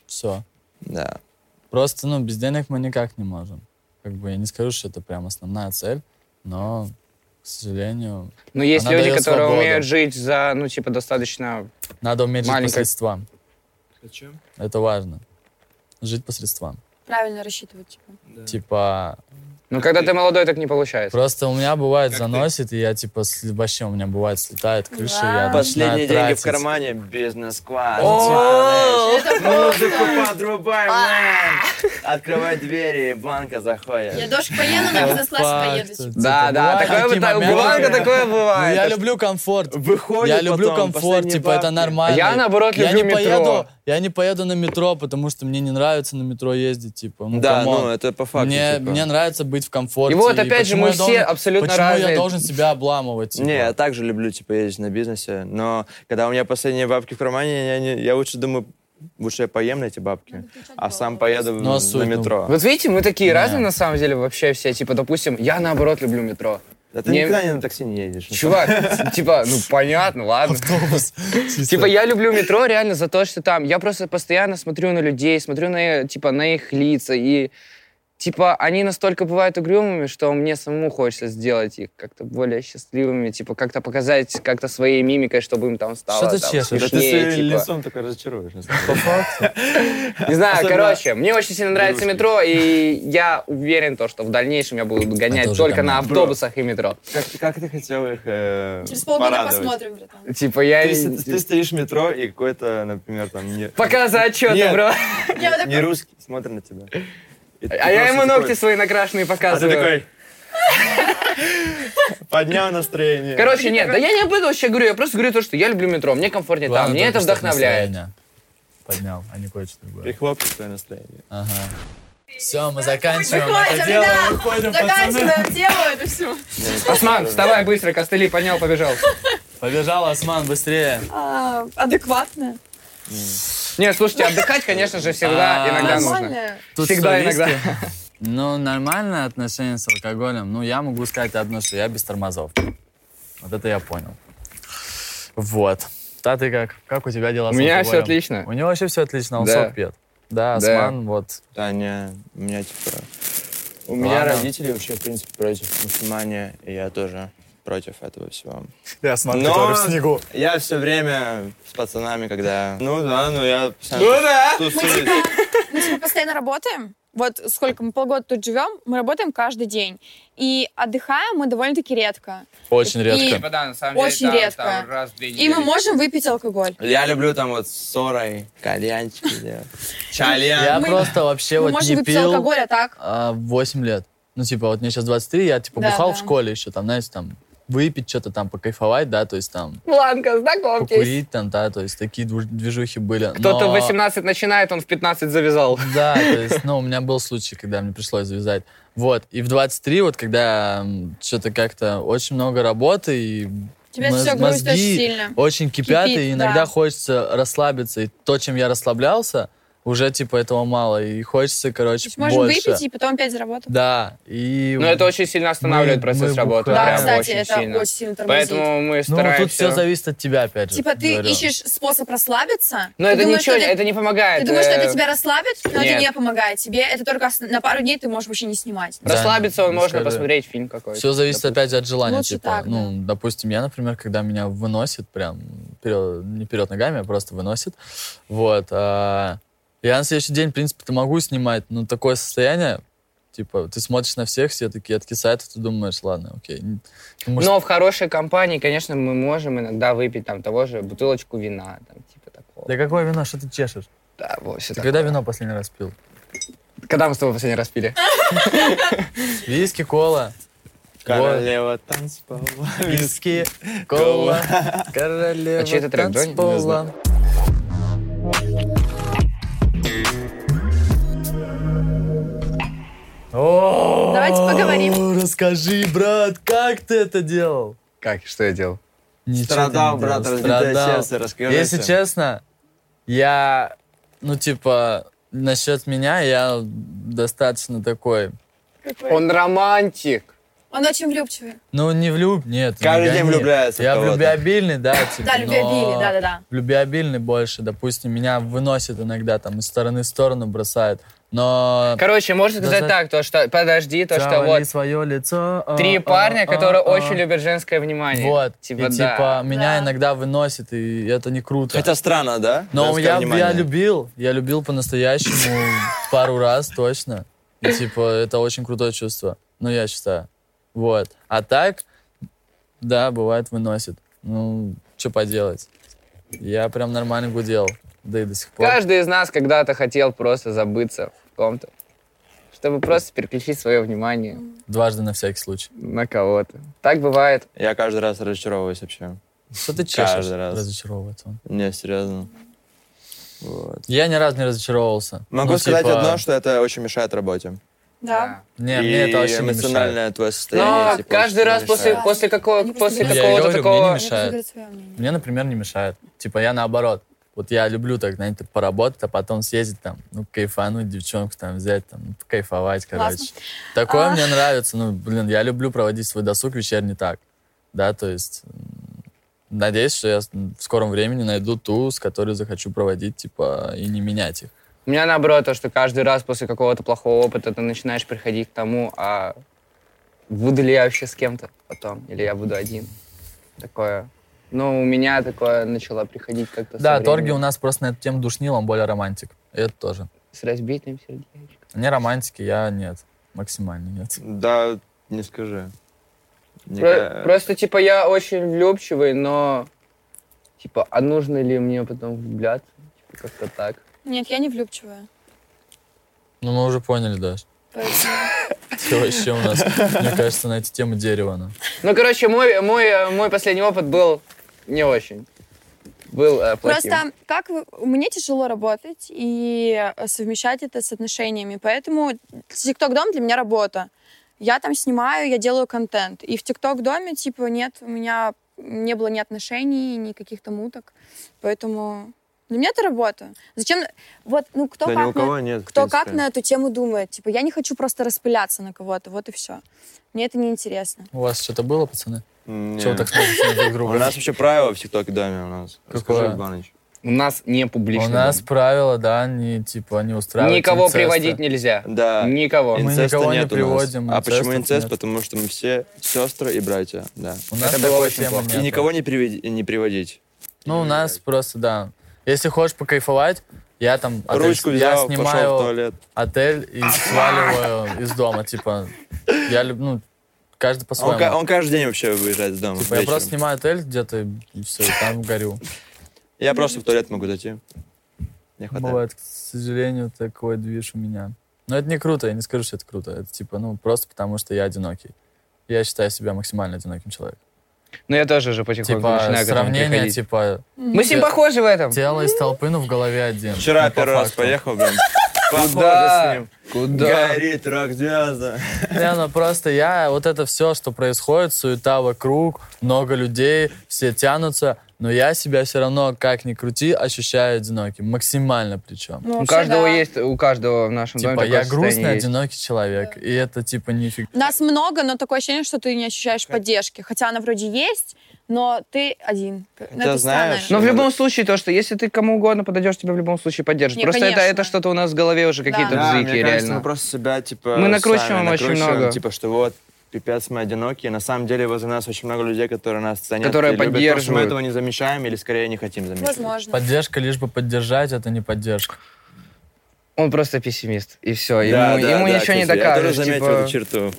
Все. Да. Просто, ну, без денег мы никак не можем. Как бы я не скажу, что это прям основная цель, но, к сожалению, Но Ну, есть Она люди, даёт которые свободу. умеют жить за, ну, типа, достаточно... надо уметь жить Маленькая- по средствам. Это важно. Жить по средствам. Правильно [LAUGHS] рассчитывать, типа. Типа, Ну, когда ты молодой, так не получается. Просто у меня бывает заносит, и я типа с- вообще у меня бывает слетает крыша, и я Вау. Последние начинаю деньги в тратить. кармане, бизнес-класс. О! Музыку подрубай, мэн. Открывай двери, банка Я заходит. тоже поеду, на Ну, Факт, бизнес-класс поеду. типа, Да, да, бывают такие такое вот так- у моменты. Бланка такое Ну, бывает. я Это ж- люблю комфорт. Выходит Я люблю потом, комфорт, последние типа это бабки. нормально. Я, наоборот, я люблю не метро. Поеду, я не поеду на метро, потому что мне не нравится на метро ездить, типа. Ну, Да, камон. ну это по факту. мне, типа. мне нравится быть в комфорте. И вот опять же почему мы я все должен- абсолютно почему разные. я должен себя обламывать? типа? [LAUGHS] Не, я также люблю, типа, ездить на бизнесе, но когда у меня последние бабки в кармане, я, не- я лучше думаю, лучше я поем на эти бабки, а сам поеду Ну, а на суть, ну, метро. Вот видите, мы такие Не. разные, на самом деле, вообще все. Типа, допустим, я, наоборот, люблю метро. Да ты не- никогда не на такси не едешь. Чувак, типа, ну, понятно, ладно. Автобус. Типа, я люблю метро реально за то, что там. Я просто постоянно смотрю на людей, смотрю на, э, типа, на их лица. И, типа, они настолько бывают угрюмыми, что мне самому хочется сделать их как-то более счастливыми. Типа, как-то показать как-то своей мимикой, чтобы им там стало Что ты там, чешешь? Да ты смешнее, своим типа. лицом такой разочаруешь. на самом деле. По факту. Не знаю, Особенно короче, мне очень сильно нравится девушки. метро, и я уверен, то, что в дальнейшем я буду гонять тоже только на гонять. автобусах и метро. Как, как ты хотел их э, Через полгода порадовать? посмотрим, братан. Типа, я... Ты, с- ты стоишь в метро, и какой-то, например, там не, Пока за отчеты, Нет. бро. Я вот так- не русский смотрит на тебя. И ты А я просто ему ногти такой- свои накрашенные А ты показываю. такой... [LAUGHS] Поднял настроение. Короче, нет, да я не об этом вообще говорю, я просто говорю то, что я люблю метро, мне комфортнее там, Главное мне только, это чтоб вдохновляет. настроение Поднял, а не кое-что И другое. хлопнет твое настроение. Ага. Все, мы заканчиваем это Выходим, дело. да. Выходим, пацаны. Заканчиваем тему эту всю. Осман, вставай быстро, костыли поднял, побежал. Побежал Осман быстрее. А, Адекватно. Нет, слушайте, отдыхать, конечно же, всегда, А, иногда нужно. Нормально. Тут Всегда, солисты. иногда. [LAUGHS] Ну, нормальное отношение с алкоголем. Ну, я могу сказать одно, что я без тормозов. Вот это я понял. Вот. А ты как? Как у тебя дела У с меня все алкоголем? отлично. У него вообще все отлично, он Да. сок пьет. Да, Осман, вот. Да, не, у меня типа... У меня Ладно. родители вообще, в принципе, против мусульмане, и я тоже против этого всего. И Осман, Но- который в снегу. Я все время с пацанами, когда... Ну да, ну я... постоянно Ну да. тусуюсь. Мы типа, постоянно работаем. Вот сколько мы полгода тут живем, мы работаем каждый день. И отдыхаем мы довольно-таки редко. Очень редко. Типа, да, на самом Очень деле, там- редко. там раз в две И недели. мы можем выпить алкоголь. Я люблю там вот с сорой, кальянчики делать. Чальян. Я Мы- просто вообще мы вот можем не выпить пил алкоголь, а так. а, 8 лет. Ну, типа, вот мне сейчас 23, я, типа, Да, бухал да. в школе еще, там, знаете, там, выпить что-то там, покайфовать, да, то есть там, Бланка, знакомьтесь. покурить там, да, то есть такие двуж- движухи были. Кто-то в Но- 18 начинает, он в 15 завязал. Да, то есть, ну, у меня был случай, когда мне пришлось завязать. Вот, и в 23, вот, когда что-то как-то очень много работы, и Тебя моз- все грузит мозги очень сильно. очень кипят, Кипит, и иногда да. хочется расслабиться. И то, чем я расслаблялся, уже, типа, этого мало, и хочется, То короче, есть можем больше. выпить и потом опять заработать. Да, и... Но это очень сильно останавливает Мы- процесс мы работы. бухаем. Да, прям кстати, очень это сильно. очень сильно тормозит. Поэтому мы Ну, стараемся... тут все зависит от тебя, опять же. Типа ты говорю. ищешь способ расслабиться. Но ты Ну, это думаешь, ничего, что ты- это не помогает. Ты думаешь, что это э, тебя расслабит, но это нет. не помогает тебе. Это только ос- на пару дней ты можешь вообще не снимать. Да, Расслабиться не можно скажи. посмотреть фильм какой-то. Все зависит допустим. опять же от желания. Лучше типа, так, да. ну, допустим, я, например, когда меня выносит, прям вперед- не вперед ногами, а просто выносит. Вот. а, я на следующий день, в принципе, то могу снимать, но такое состояние, типа, ты смотришь на всех, все такие откисают, и ты думаешь, ладно, окей. н- ну, может, Но в хорошей компании, конечно, мы можем иногда выпить там того же бутылочку вина, там, типа такого. Да какое вино, что ты чешешь? Да, вот, всё Ты такое. когда вино последний раз пил? Когда мы с тобой последний раз пили? Виски, кола. Королева танцпола. Виски, кола, королева А чей это трек, Джонни? Не танцпола. знаю. О, Давайте поговорим. Расскажи, брат, как ты это делал? Как? Что я делал? Ничего ты Страдал, не брат, делал, разбитое страдал. сердце, расскажи. Если честно, я, ну, типа, насчет меня, я достаточно такой, Он романтик. Он очень влюбчивый. ну, не влюб, нет. не Каждый день гони. влюбляется в Я кого-то. влюбиобильный, да, типа, Да, но- любвеобильный, да-да-да. Любвеобильный больше, допустим, меня выносит иногда, там, из стороны в сторону бросает, но... Короче, можно сказать Назад- так, то что, подожди, то что Завали вот, свое лицо. а, три а, парня, а, которые а. очень любят женское внимание. Вот, Типа, и, да. типа, меня Да. иногда выносит, и это не круто. Хотя странно, да? Но Женское я, я внимание. любил, я любил по-настоящему пару раз точно. И, типа, это очень крутое чувство, ну, я считаю. Вот. А так, да, бывает выносит. Ну, что поделать. Я прям нормально гудел, да и до сих пор. Каждый из нас когда-то хотел просто забыться в ком-то, чтобы просто переключить свое внимание Дважды на всякий случай. на кого-то. Так бывает. Я каждый раз разочаровываюсь вообще. Что ты чешешь? Каждый раз. Разочаровывается он. Не, серьезно. Вот. Я ни разу не разочаровывался. Могу Ну, сказать типа, одно, что это очень мешает работе. Да. Не, мне это И очень не мешает. Ну, эмоциональное твое Но состояние. типа, каждый очень раз после, мешает. после, какого, Они после просто- Я какого-то говорю, мне такого... не мешает. Я буду говорить свое мнение. Мне, например, не мешает. Типа я наоборот. Вот я люблю так, знаете, поработать, а потом съездить там, ну, кайфануть, девчонку там взять, там, ну, покайфовать, короче. Классно. Такое А. мне нравится. Ну, блин, я люблю проводить свой досуг вечерний так. Да, то есть... м, Надеюсь, что я с- в скором времени найду ту, с которой захочу проводить, типа, и не менять их. У меня наоборот, то, что каждый раз после какого-то плохого опыта ты начинаешь приходить к тому, а буду ли я вообще с кем-то потом, или я буду один. Такое. Ну, у меня такое начало приходить как-то со да, временем. Торги у нас просто на эту тему душнил, он более романтик. И это тоже. С разбитым сердечком. Не романтики, я нет. Максимально нет. Да, не скажи. Мне Про- ка- Просто, типа, я очень влюбчивый, но... Типа, а нужно ли мне потом влюбляться? Типа, как-то так. Нет, я не влюбчивая. Ну, мы уже поняли, Даш. Поэтому- [LAUGHS] Ты вообще у нас, мне кажется, на эти темы дерево. ну. Ну, короче, мой, мой, э, мой последний опыт был не очень. Был э, плохим. Просто как вы- мне тяжело работать и э, совмещать это с отношениями, поэтому ТикТок дом для меня работа. Я там снимаю, я делаю контент, и в ТикТок доме типа нет, у меня не было ни отношений, ни каких-то муток, поэтому Для меня это работа. Зачем? Вот, ну, кто Да как, ни у на- кого нет. в кто принципе. как на эту тему думает. Типа, я не хочу просто распыляться на кого-то, вот и все. Мне это неинтересно. У вас что-то было, пацаны? Не. Чего вы так смотрите на друг У друга? нас вообще правило в ТикТоке доме у нас. Какое? Расскажи, Иваныч. У нас не публично. У нас правила, да, не типа не устраивать Никого инцеста. приводить нельзя. Да. Никого. Мы Инцеста никого не нет у нас. приводим, А почему инцестов инцест? нет. Потому что мы все сестры и братья, да. У нас Это было такой очень темы плохо. нет. И никого не, приведи- не приводить. Ну, у нас просто, да. Если хочешь покайфовать, я там отель- Ручку А я взял, пошел в снимаю туалет. отель и сваливаю из дома. Типа, я люблю, ну, каждый А Он, ка- по-своему. он каждый день вообще выезжает из дома. Типа, я вечером. просто снимаю отель где-то и все, и там [LAUGHS] горю. Я просто в туалет могу зайти. Не хватает. Бывает, к сожалению, такой движ у меня. Но это не круто, я не скажу, что это круто. Это типа, ну, просто потому что я одинокий. Я считаю себя максимально одиноким человеком. Ну я тоже уже потихоньку Типа, начинаю к этому сравнение, приходить. типа, Мы с ним похожи в этом. тело из толпы, но в голове один. Вчера Ну, по первый раз факту. поехал, [LAUGHS] блин. Похоже Куда? с ним. Куда? Горит рок звезда. Не, ну просто я, вот это все, что происходит, суета вокруг, много людей, все тянутся, но я себя все равно, как ни крути, ощущаю одиноким, максимально причем. У вообще, каждого Ну, да. есть, у каждого в нашем доме Типа, такое я грустный, состояние есть. одинокий человек, и это типа нифига. Нас много, но такое ощущение, что ты не ощущаешь поддержки. Хотя она вроде есть, но ты один. Ну, это странно. знаешь, Но в Надо- любом случае, то, что если ты кому угодно подойдешь, тебя в любом случае поддержат. Не, Просто это, конечно. это что-то у нас в голове уже какие-то Да, бзыки, реально. мы просто себя, типа, Мы накручиваем сами очень накручиваем, много. Типа, что вот, пипец, мы одинокие. На самом деле возле нас очень много людей, которые нас ценят. Которые и любят. Просто поддерживают. мы этого не замечаем или скорее не хотим ну, замечать. Возможно. Поддержка, лишь бы поддержать, это не поддержка. Он просто пессимист, и все. Да, ему да, ему да, ничего не Костя, Я тоже докажешь. заметил типа. эту черту.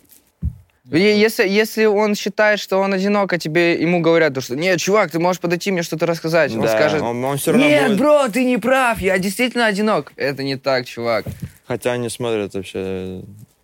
Е- Если, если он считает, что он одинок, а тебе ему говорят, то, что нет, чувак, ты можешь подойти мне что-то рассказать. Он Да, скажет, он, все равно нет, будет, бро, ты не прав, я действительно одинок. Это не так, чувак. хотя не смотрят вообще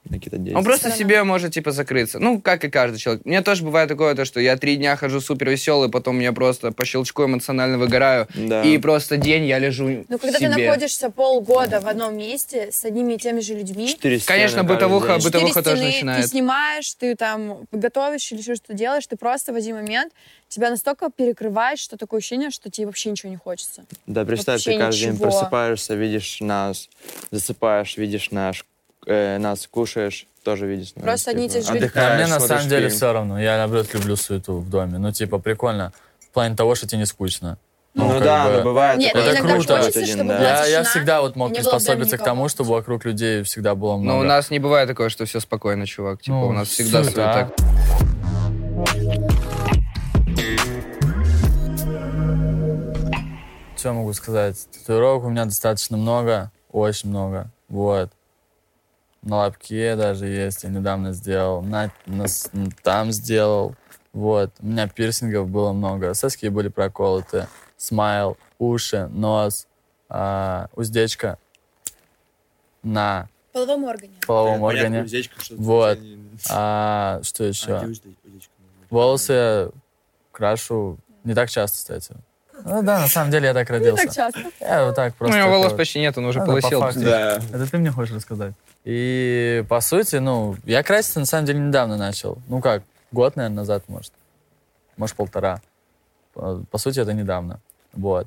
на какие-то действия. Он просто Да-да. себе может, типа, закрыться. Ну, как и каждый человек. Мне тоже бывает такое, то, что я три дня хожу супер веселый, потом я просто по щелчку эмоционально выгораю. Да. И просто день я лежу Но в Ну, когда ты себе. находишься полгода в одном месте с одними и теми же людьми, Четыре стены Конечно, каждый бытовуха, день. быт- четыре бытовуха тоже стены, начинает. ты снимаешь, ты там готовишь или что-то делаешь, ты просто в один момент тебя настолько перекрывает, что такое ощущение, что тебе вообще ничего не хочется. Да, представь, Вообще ты каждый день ничего. просыпаешься, видишь нас, засыпаешь, видишь наш, э, нас кушаешь, тоже видишь нас. типа. Просто одни и те же люди. Да, Отдыхаешь, А мне на самом смотришь деле фильм. все равно. Я, наоборот, люблю суету в доме. Ну, типа, прикольно. В плане того, что тебе не скучно. Ну, как да, бы- но бывает. Нет, такое, это иногда круто. хочется, Один, чтобы да. была Я, я тишина, всегда вот мог и не было прям приспособиться к никого. тому, чтобы вокруг людей всегда было много. Но Ну, у нас не бывает такое, что все спокойно, чувак. Типа, Ну, у нас всегда суета. суета. Что я могу сказать? Татуировок у меня достаточно много, очень много. Вот. На лапке даже есть, я недавно сделал. На, на с- там сделал. Вот. У меня пирсингов было много. Соски были проколоты. Смайл, уши, нос, а, уздечка на половом органе. половом Понятно, органе. уздечка, что-то Вот. не- А, что еще? А, где узда- уздечка? Волосы я крашу не так часто, кстати. Ну да, на самом деле я так Не так родился. часто. Я вот так У просто. меня это Ну, волос вот. почти нет, он А, уже да, по полосел. факту. Да. Это ты мне хочешь рассказать. И по сути, ну, я краситься на самом деле недавно начал. Ну как, год, наверное, назад, может. Может, полтора. Э, По сути, это недавно. Вот.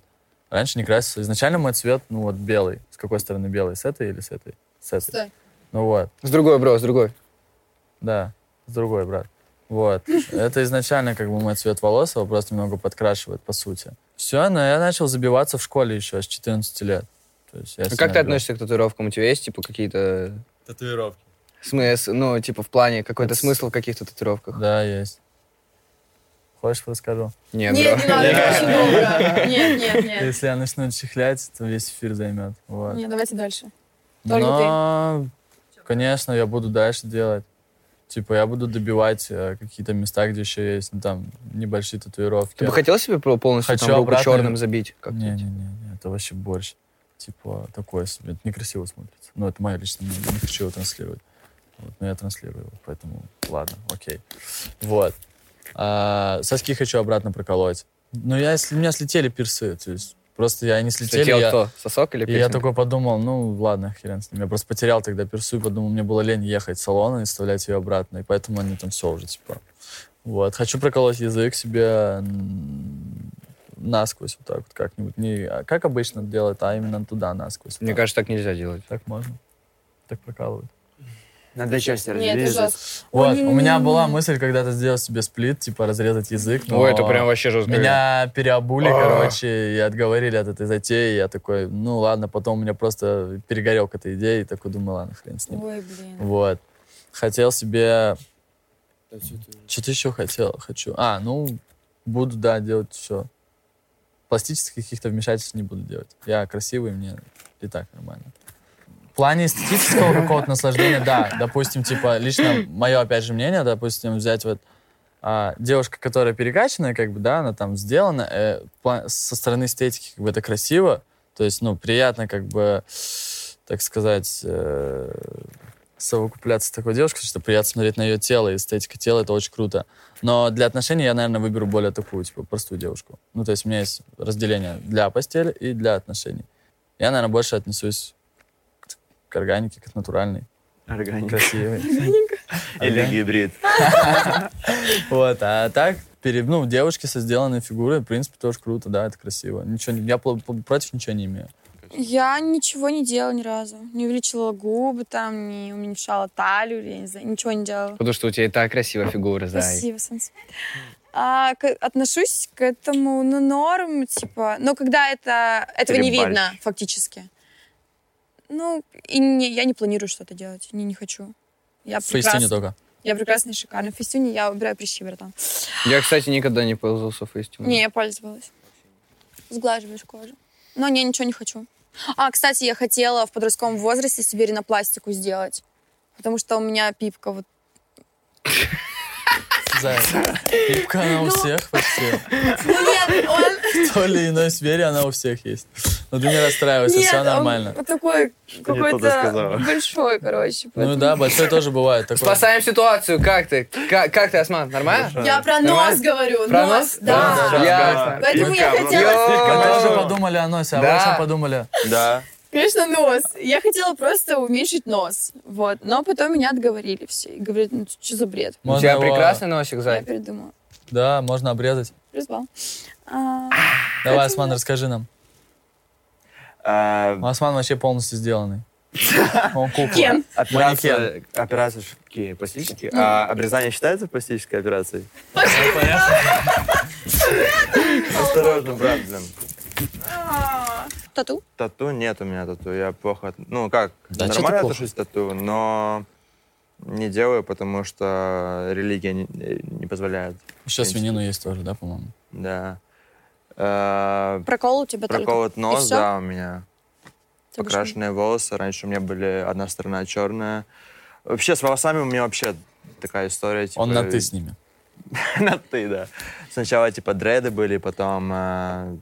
Раньше не красился. Изначально мой цвет, ну вот, белый. С какой стороны белый? С этой или с этой? С этой. Стой. Ну вот. С другой, бро, с другой. А Да, с другой, брат. Вот. Это изначально как бы мой цвет волос, его просто немного подкрашивает, по сути. Все, но я начал забиваться в школе еще с 14 лет. То есть я А себя как ты бил. относишься к татуировкам? У тебя есть, типа, какие-то Татуировки. смысл, ну, типа, в плане, какой-то Это с- смысл в каких-то татуировках? Да, есть. Хочешь, расскажу? Нет, Нет, бро. не надо, ничего, бро. Нет, нет, нет. Если я начну чихлять, то весь эфир займет. Вот. Нет, давайте дальше. Только Но, конечно, я буду дальше делать. Типа, я буду добивать э, какие-то места, где еще есть ну, там небольшие татуировки. Ты бы хотел себе про- полностью Хочу там руку обратно- черным забить? Как Не, не, не, не, это вообще борщ. Типа такое себе, это некрасиво смотрится. Но это мое личное мнение, не хочу его транслировать. Вот, но я транслирую его, поэтому ладно, окей. Вот. А, соски хочу обратно проколоть. Но я, если, у меня слетели пирсы, то есть просто я не слетели. Слетел я, кто? Сосок или и я пирсинг? такой подумал, ну ладно, хрен с ним. Я просто потерял тогда пирсу и подумал, мне было лень ехать в салон и вставлять ее обратно. И поэтому они там все уже, типа. Вот. Хочу проколоть язык себе м, насквозь вот так вот как-нибудь. Не а как обычно делают, а именно туда насквозь. Мне Вот так. кажется, так нельзя делать. Так можно. Так прокалывают. На две части Нет, это разрезать. жестко. Вот, у меня не-не-не-не-не. была мысль когда-то сделать себе сплит, типа разрезать язык. но Ой, это прям вообще жестко. Меня переобули, А. короче, и отговорили от этой затеи. Я такой, ну ладно, потом у меня просто перегорел к этой идее. И такой думаю, ладно, хрен с ним. Ой, блин. Вот. Хотел себе... Что-то еще хотел, хочу. А, ну, буду, да, делать все. Пластических каких-то вмешательств не буду делать. Я красивый, мне и так нормально. В плане эстетического какого-то наслаждения, да. Допустим, типа, лично мое, опять же, мнение, допустим, взять вот а, девушка, которая перекачанная, как бы, да, она там сделана, э, пла- со стороны эстетики, как бы, это красиво, то есть, ну, приятно, как бы, так сказать, э, совокупляться с такой девушкой, что приятно смотреть на ее тело, и эстетика тела, это очень круто. Но для отношений я, наверное, выберу более такую, типа, простую девушку. Ну, то есть у меня есть разделение для постели и для отношений. Я, наверное, больше отнесусь к- к органике, к натуральной, Органика. красивой. Или гибрид. [LAUGHS] Вот, а так, пере- ну, девушки со сделанной фигурой, в принципе, тоже круто, да, это красиво. Ничего, не- я пл- пл- против ничего не имею. Я ничего не делала ни разу. Не увеличила губы там, не уменьшала талию, я не знаю, ничего не делала. Потому что у тебя и так красивая фигура, Зай. Спасибо, Санс. А, к- отношусь к этому, ну, норм, типа, но когда это, этого не Перебарщ. видно, фактически. Ну, и не, я не планирую что-то делать, не, не хочу. Я В фейстине прекрасна, только. я прекрасна и шикарна. В фестюне я убираю прыщи, братан. Я, кстати, никогда не пользовался софистином. Не, я пользовалась. Сглаживаешь кожу. Но не, ничего не хочу. А, кстати, я хотела в подростковом возрасте себе ринопластику сделать. Потому что у меня пипка вот Зая, Пипка она у всех почти. [LAUGHS] нет, он... В [LAUGHS] той или иной сфере она у всех есть. Но ты не расстраивайся, все он нормально. вот такой не то ты сказала. какой-то большой, короче. Ну поэтому- да, большой тоже бывает. такой. Спасаем ситуацию. Как ты? Как, как ты, Осман? Нормально? Я про Нормально? нос говорю. Про нос? нос? Да. Да. Ясно. Поэтому я Пивка, хотела... Мы Йоу. тоже подумали о носе, а вы о Да. чем подумали? Да. [LAUGHS] Конечно, нос. Я хотела просто уменьшить нос. Вот. Но потом меня отговорили все. И говорят, ну что за бред? У Можно тебя его- прекрасный носик, Я Зай. передумала. Да, можно обрезать. Призвал. А, Давай, Осман, расскажи нам. А, Осман вообще полностью [LAUGHS] сделанный. Он кукла. Кен. Операция, операция ж какие? Пластические? А обрезание считается пластической операцией? Осторожно, брат, блин. Тату. Тату нет у меня тату, я плохо... от- Ну как, Да, чё ты нормально плохо? отношусь к тату, но не делаю, потому что религия не, э, не позволяет. Еще свинину есть тоже, да, по-моему? Да. Э, Прокол у тебя только. Проколот нос, всё? да, у меня. Ты говоришь, Покрашенные волосы. Раньше у меня были одна сторона черная. Вообще с волосами у меня вообще такая история. Типа, Он на ты с ними. на ты, да. Сначала типа дреды были, потом э,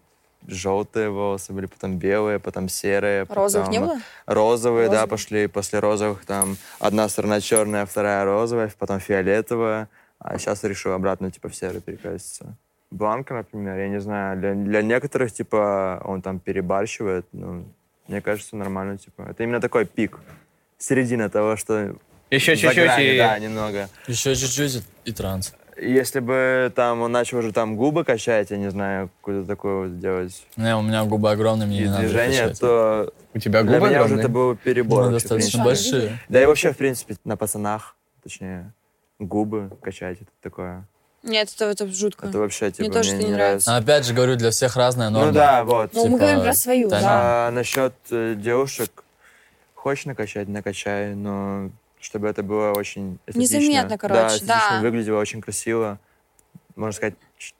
желтые волосы были, потом белые, потом серые. Розовых потом не было? Розовые, да, Розовые. пошли после розовых там одна сторона черная, вторая розовая, потом фиолетовая. А сейчас решил обратно типа в серый перекраситься. Бланка, например, я не знаю, для, для некоторых типа он там перебарщивает, ну, мне кажется, нормально, типа. Это именно такой пик. Середина того, что Еще за чуть-чуть гранью, и... да, немного. Еще чуть-чуть и, и транс. Если бы там он начал уже там губы качать, я не знаю, какую-то такую вот делать Не, у меня губы огромные, мне не надо движение, отвечать. то У тебя для губы меня уже это огромные. был перебор. Ну, вообще, в достаточно принципе. большие. Да и вообще, в принципе, на пацанах, точнее, губы качать, это такое. Нет, это, это жутко. Это вообще, типа, тоже это не нравится. Но опять же, говорю, для всех разная норма. Ну да, вот. Ну, мы типа, говорим про свою, да. да. А насчет э, девушек, хочешь накачать, накачай, но чтобы это было очень эстетично. Незаметно, короче, да. эстетично да. выглядело очень красиво, можно сказать, ч-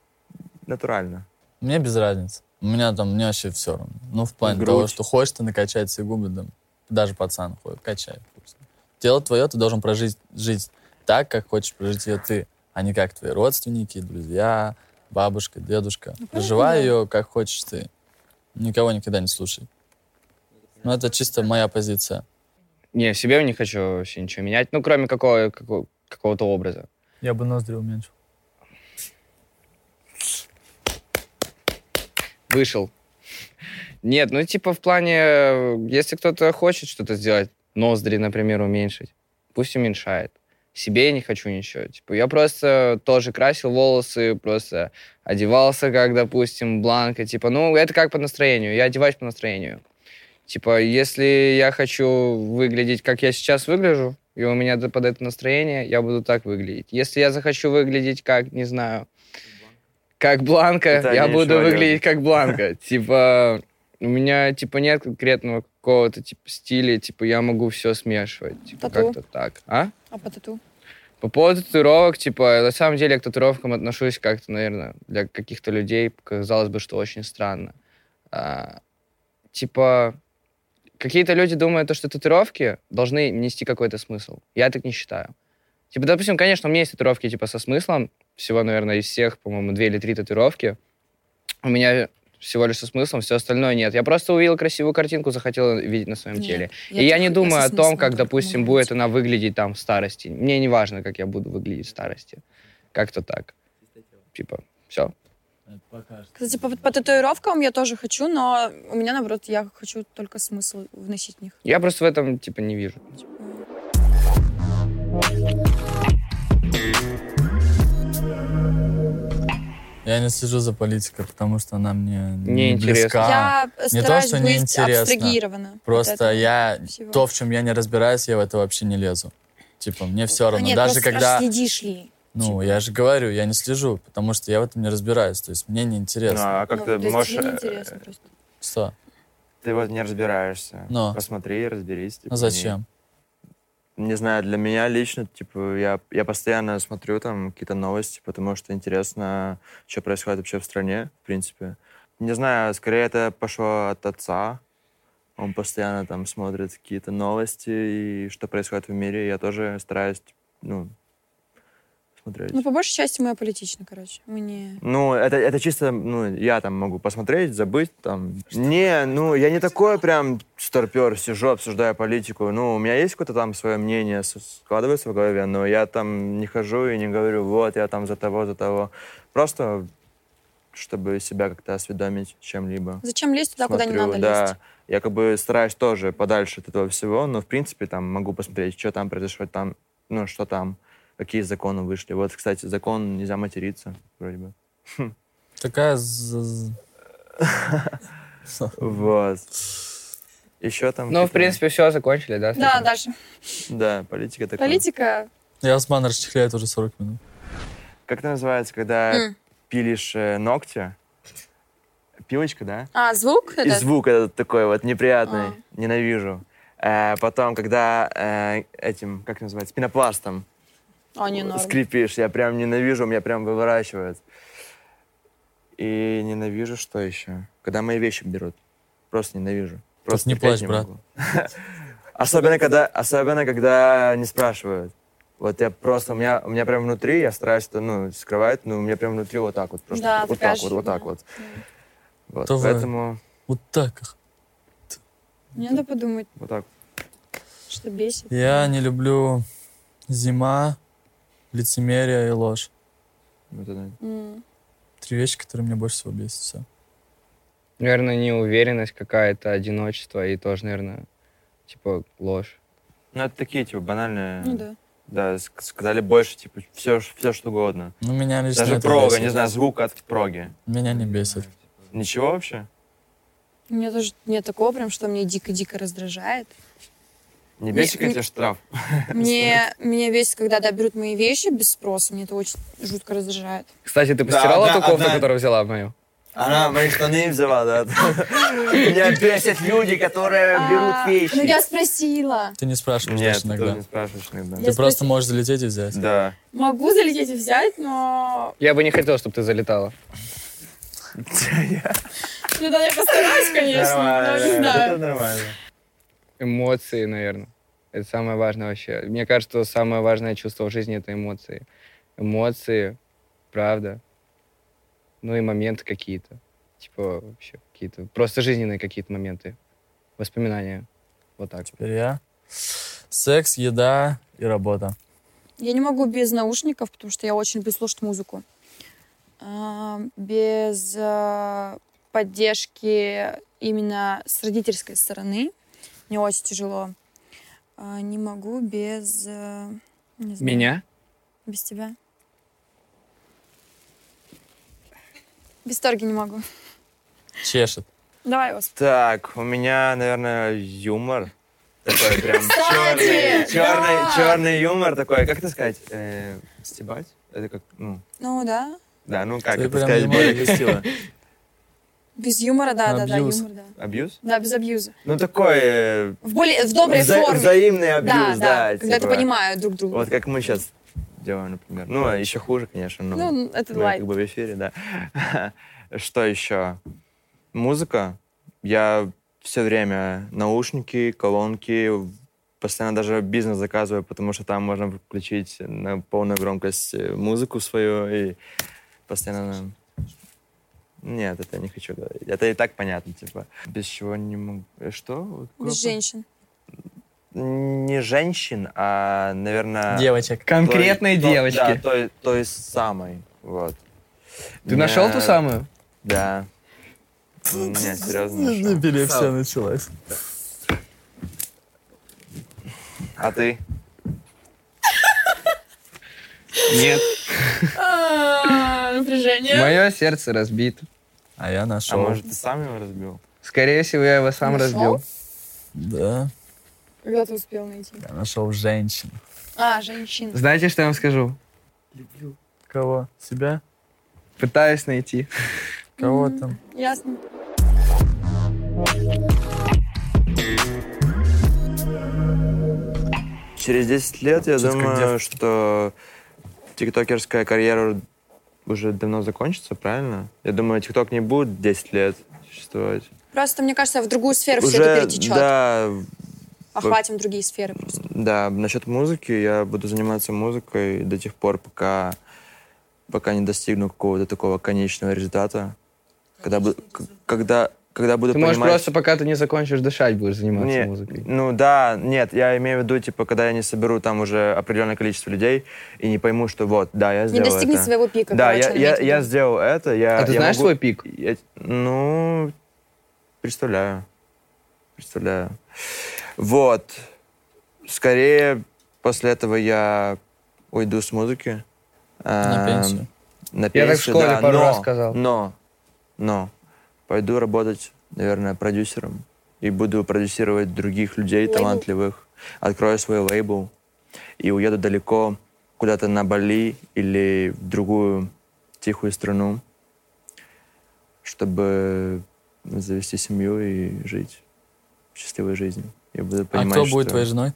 натурально. Мне без разницы. У меня там, мне вообще все равно. Ну, в плане Грудь. того, что хочешь ты накачать все губы, да, даже пацан ходит, качай. Тело твое, ты должен прожить жить так, как хочешь прожить ее ты, а не как твои родственники, друзья, бабушка, дедушка. Проживай ее, как хочешь ты. Никого никогда не слушай. Ну, это чисто моя позиция. Не, в себе не хочу вообще ничего менять. Ну, кроме какого, какого- какого-то образа. Я бы ноздри уменьшил. вышел. Нет, ну типа в плане, э, если кто-то хочет что-то сделать, ноздри, например, уменьшить, пусть уменьшает. себе я не хочу ничего. Типа, я просто тоже красил волосы, просто одевался, как, допустим, бланка. Типа, ну, это как по настроению. Я одеваюсь по настроению. Типа, если я хочу выглядеть, как я сейчас выгляжу, и у меня д- под это настроение, я буду так выглядеть. Если я захочу выглядеть как, не знаю, как Бланка, Это я они буду еще выглядеть как Бланка. Типа, у меня, типа, нет конкретного какого-то, типа, стиля, типа, я могу все смешивать. Типа, Тату. как-то так. А? А по тату? По поводу татуировок, типа, на самом деле я к татуировкам отношусь как-то, наверное, для каких-то людей казалось бы, что очень странно. А, типа, какие-то люди думают, то, что татуировки должны нести какой-то смысл. Я так не считаю. Типа, допустим, конечно, у меня есть татуировки, типа, со смыслом. Всего, наверное, из всех, по-моему, две или три татуировки. У меня всего лишь со смыслом, все остальное нет. Я просто увидел красивую картинку, захотел видеть на своем Нет, теле. Я И я так- не со думаю о том, смыслом как, только допустим, могу будет быть. она выглядеть там в старости. Мне не важно, как я буду выглядеть в старости. Как-то так. Типа, все. Кстати, по, по татуировкам я тоже хочу, но у меня, наоборот, я хочу только смысл вносить в них. Я просто в этом, типа, не вижу. Я не слежу за политикой, потому что она мне не, Не близка. интересно. не я то, стараюсь что быть неинтересно. абстрагирована. от Просто этого я всего. то, в чем я не разбираюсь, я в это вообще не лезу. Типа, мне все равно. Ну, А Нет, Даже просто когда. аж следишь ли. Ну, я же говорю, я не слежу, потому что я в этом не разбираюсь. То есть мне Ну, неинтересно. а как Ну, то ты есть тебе можешь... неинтересно э, просто. Что? Ну, Ты вот не разбираешься. Но. Посмотри, разберись. типа, Ну зачем? Не, не знаю, для меня лично, типа, я, я постоянно смотрю там какие-то новости, потому что интересно, что происходит вообще в стране, в принципе. Не знаю, скорее это пошло от отца. Он постоянно там смотрит какие-то новости и что происходит в мире. Я тоже стараюсь, ну, смотреть. Ну, по большей части мы аполитичны, короче. Мы не... Ну, это, это чисто, ну, я там могу посмотреть, забыть там. Не, ну, я не такой прям старпер, сижу, обсуждаю политику. Ну, у меня есть какое-то там свое мнение, с- складывается в голове, но я там не хожу и не говорю, вот, я там за того, за того. Просто чтобы себя как-то осведомить чем-либо. Зачем лезть туда, куда не Смотрю, надо да. лезть? Я как бы стараюсь тоже подальше от этого всего, но в принципе там могу посмотреть, что там произошло, там, ну что там, какие законы вышли. Вот, кстати, закон нельзя материться, вроде бы. Такая... з- [LAUGHS] з- [LAUGHS] Вот. Еще там... Ну, в какие-то- принципе, все, закончили, да? с Да, этим? дальше. Да, политика такая. Политика. Я Осман расчехляет уже 40 минут. Как это называется, когда М. пилишь э, ногти? Пилочка, да? А, звук? И этот? звук этот такой вот неприятный. А. Ненавижу. Э, потом, когда э, этим, как называется, пенопластом А, не, норм. скрипишь, я прям ненавижу, меня прям выворачивает. И ненавижу что еще? Когда мои вещи берут. Просто ненавижу. Просто не терпеть плачь, брат. могу. [LAUGHS] Особенно когда, особенно когда не спрашивают. Вот я просто, у меня, у меня прям внутри, я стараюсь это, ну, скрывать, но у меня прям внутри вот так вот. Просто Да, вот такая так же вот, вот фигня. так вот. Вот, Давай. поэтому Вот так их. Мне надо подумать, вот так. что бесит. Я не люблю зима, лицемерие и ложь. Вот это. М. Три вещи, которые меня больше всего бесят. Все. Наверное, неуверенность какая-то, одиночество и тоже, наверное, типа, ложь. Ну, это такие, типа, банальные. Ну да. Да, ск- сказали больше, типа, все, все что угодно. Ну, меня лично Даже это прога, бесит. не знаю, звук от проги. Меня не бесит. Ничего вообще? У меня тоже нет такого прям, что мне дико-дико [LAUGHS] раздражает. Не бесит, бесит, когда когда тебя штраф. Мне, меня бесит, когда да, берут мои вещи без спроса. Мне это очень жутко раздражает. Кстати, ты Да, постирала да, ту кофту, одна- которую взяла мою? Она мои штаны взяла, да. Меня бесят люди, которые А, Ну, я спросила. Ты не спрашиваешь Нет, даже ты иногда. тоже не спрашиваешь иногда. Ты Я просто спросила. можешь залететь и взять. Да. Могу залететь и взять, но... Я бы не хотел, чтобы ты залетала. Ну, да, я постараюсь, конечно, но не знаю. нормально. Эмоции, наверное. Это самое важное вообще. Мне кажется, что самое важное чувство в жизни — это эмоции. Эмоции, правда. Ну и моменты какие-то. Типа вообще какие-то... Просто жизненные какие-то моменты. Воспоминания. Вот так. Теперь я. Секс, еда и работа. Я не могу без наушников, потому что я очень люблю слушать музыку. А, Без э, поддержки именно с родительской стороны мне очень тяжело. А, Не могу без... э, Не знаю. Меня? Без тебя. Без торги не могу. Чешет. Давай, Осп. Так, у меня, наверное, юмор. Такой прям Кстати, черный, черный, да. черный юмор такой. Как это сказать? Э, стебать? Это как, ну, Ну да. да, ну как Ты это прям сказать юмор. более красиво? Без юмора, да, да, да, Абьюз. юмор, да. Абьюз? Да, без абьюза. Ну такой э, В более, в доброй вза- форме. взаимный да, абьюз, да. да. Когда ты типа. понимают друг друга. Вот как мы сейчас делаем, например. Ну, а еще хуже, конечно, но ну, это мы лайк. как бы в эфире, да. [LAUGHS] Что еще? Музыка. Я все время наушники, колонки, постоянно даже бизнес заказываю, потому что там можно включить на полную громкость э, музыку свою и постоянно... на- Нет, это не хочу говорить. Это и так понятно, типа. Без чего не могу... Э, Что? Вот какое- Без женщин. Не женщин, а, наверное... Девочек. Конкретные Той- то- девочки. Да, той, той самой. Вот. Ты нашел Меня- ту самую? Да. Нет, серьезно нашел. Эпилепсия началась. А ты? Нет. А А, Напряжение. Мое сердце разбито. А я А нашел. может, ты сам его разбил? Скорее всего, я его сам Нашел? разбил. Да, Когда ты успел найти? я нашел женщин. А, женщин. Знаете, что я вам скажу? Кого? Себя? Пытаюсь найти. Кого там? Ясно. Через 10 лет, я Чё-то как думаю, девка. что тиктокерская карьера уже давно закончится, правильно? Я думаю, тикток не будет 10 лет существовать. Просто, мне кажется, в другую сферу все это Уже, перетечет. да, Охватим другие сферы просто. Да, насчет музыки, я буду заниматься музыкой до тех пор, пока, пока не достигну какого-то такого конечного результата. Когда, бу- к- когда, когда буду Ты можешь понимать... просто, пока ты не закончишь дышать, будешь заниматься Не, музыкой. Ну да, нет, я имею в виду, типа, когда я не соберу там уже определенное количество людей и не пойму, что вот, да, я Не сделал достигни это. своего пика. Да, короче, я, она я, имеет в виду. я сделал это. Я, А ты я знаешь могу- свой пик? я- ну, представляю. Представляю. Вот. Скорее, после этого я уйду с музыки. На Эм, пенсию. На Я пенсию, так в школе да, пару но- раз сказал. Но, но, пойду работать, наверное, продюсером. И буду продюсировать других людей Лейбл. талантливых. Открою свой лейбл и уеду далеко, куда-то на Бали или в другую тихую страну, чтобы завести семью и жить счастливой жизнью. Я буду А понимать, кто будет что- твоей женой?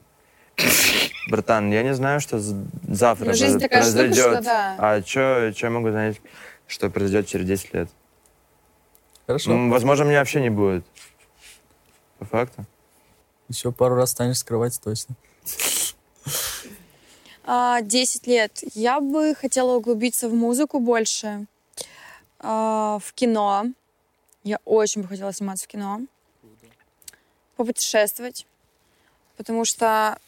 Братан, я не знаю, что з- завтра Ну, жизнь про- такая штука, произойдет. что да. А что я могу знать, что произойдет через 10 лет? Хорошо. М, Возможно, меня вообще не будет. По факту. Еще пару раз станешь с кровати точно. А, 10 лет. Я бы хотела углубиться в музыку больше, а, в кино. Я очень бы хотела сниматься в кино. Попутешествовать. Потому что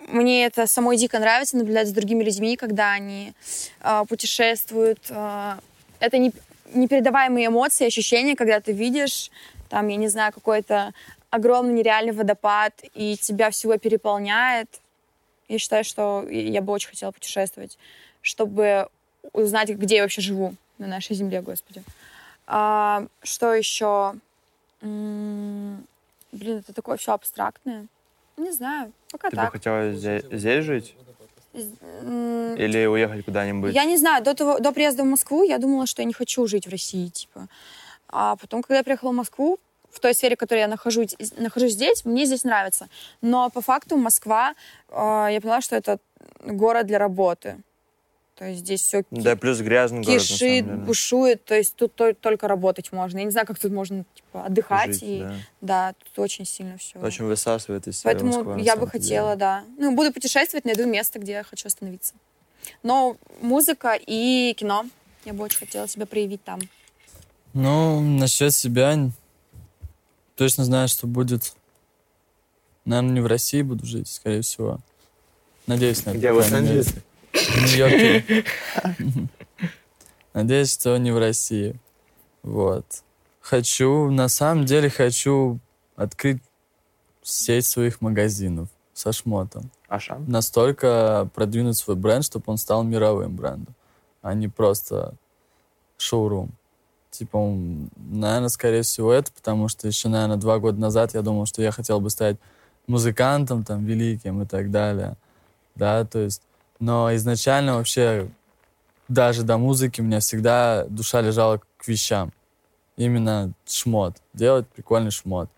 мне это самой дико нравится, наблюдать за другими людьми, когда они а, путешествуют. А, это не, непередаваемые эмоции, ощущения, когда ты видишь, там, я не знаю, какой-то огромный нереальный водопад, и тебя всего переполняет. Я считаю, что я бы очень хотела путешествовать, чтобы узнать, где я вообще живу на нашей земле, господи. А, что еще? М, Блин, это такое все абстрактное. Не знаю, пока Ты бы так. хотела здесь, здесь жить М, или уехать куда-нибудь? Я не знаю, до, того, до приезда в Москву я думала, что я не хочу жить в России, типа. А потом, когда я приехала в Москву, в той сфере, в которой я нахожусь, нахожусь здесь, мне здесь нравится. Но по факту Москва, э, я поняла, что это город для работы. То есть здесь все Да, плюс грязный город, на самом кишит, деле. бушует, то есть тут то- только работать можно. Я не знаю, как тут можно типа, отдыхать. Жить, и, да. да. тут очень сильно все. Очень высасывает из себя Поэтому Москва, на я бы самом деле. хотела, да. Ну, буду путешествовать, найду место, где я хочу остановиться. Но музыка и кино. Я бы очень хотела себя проявить там. Ну, насчет себя н- точно знаю, что будет. Наверное, не в России буду жить, скорее всего. Надеюсь на это. Где, по в крайней мере. Лос-Анджелесе? В Нью-Йорке. Надеюсь, что не в России. Вот. Хочу, на самом деле хочу открыть сеть своих магазинов. со шмотом. А Ашан. Настолько продвинуть свой бренд, чтобы он стал мировым брендом, а не просто шоурум. Типа, м, наверное, скорее всего это, потому что еще, наверное, два года назад я думал, что я хотел бы стать музыкантом там великим и так далее. Да, то есть, но изначально вообще даже до музыки у меня всегда душа лежала к вещам. Именно шмот. Делать прикольный шмот.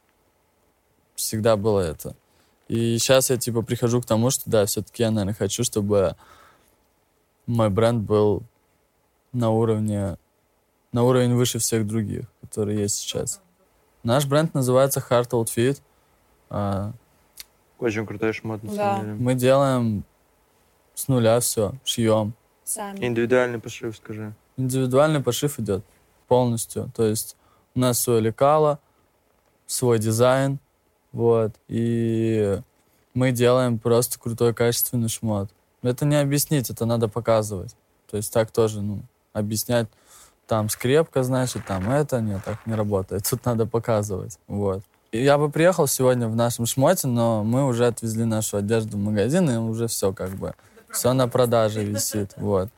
Всегда было это. И сейчас я типа прихожу к тому, что да, все-таки я, наверное, хочу, чтобы мой бренд был на уровне, на уровень выше всех других, которые есть сейчас. Наш бренд называется Heart Outfit. А, Очень крутой шмот, на Да. самом деле. Мы делаем с нуля все, шьем. Сами. Индивидуальный пошив, скажи. Индивидуальный пошив идет полностью. То есть у нас свое лекало, свой дизайн, вот. И мы делаем просто крутой, качественный шмот. Это не объяснить, это надо показывать. То есть так тоже, ну, объяснять там скрепка, значит, там это, нет, так не работает. Тут надо показывать, вот. И Я бы приехал сегодня в нашем шмоте, но мы уже отвезли нашу одежду в магазин, и уже все как бы, все на продаже висит, вот.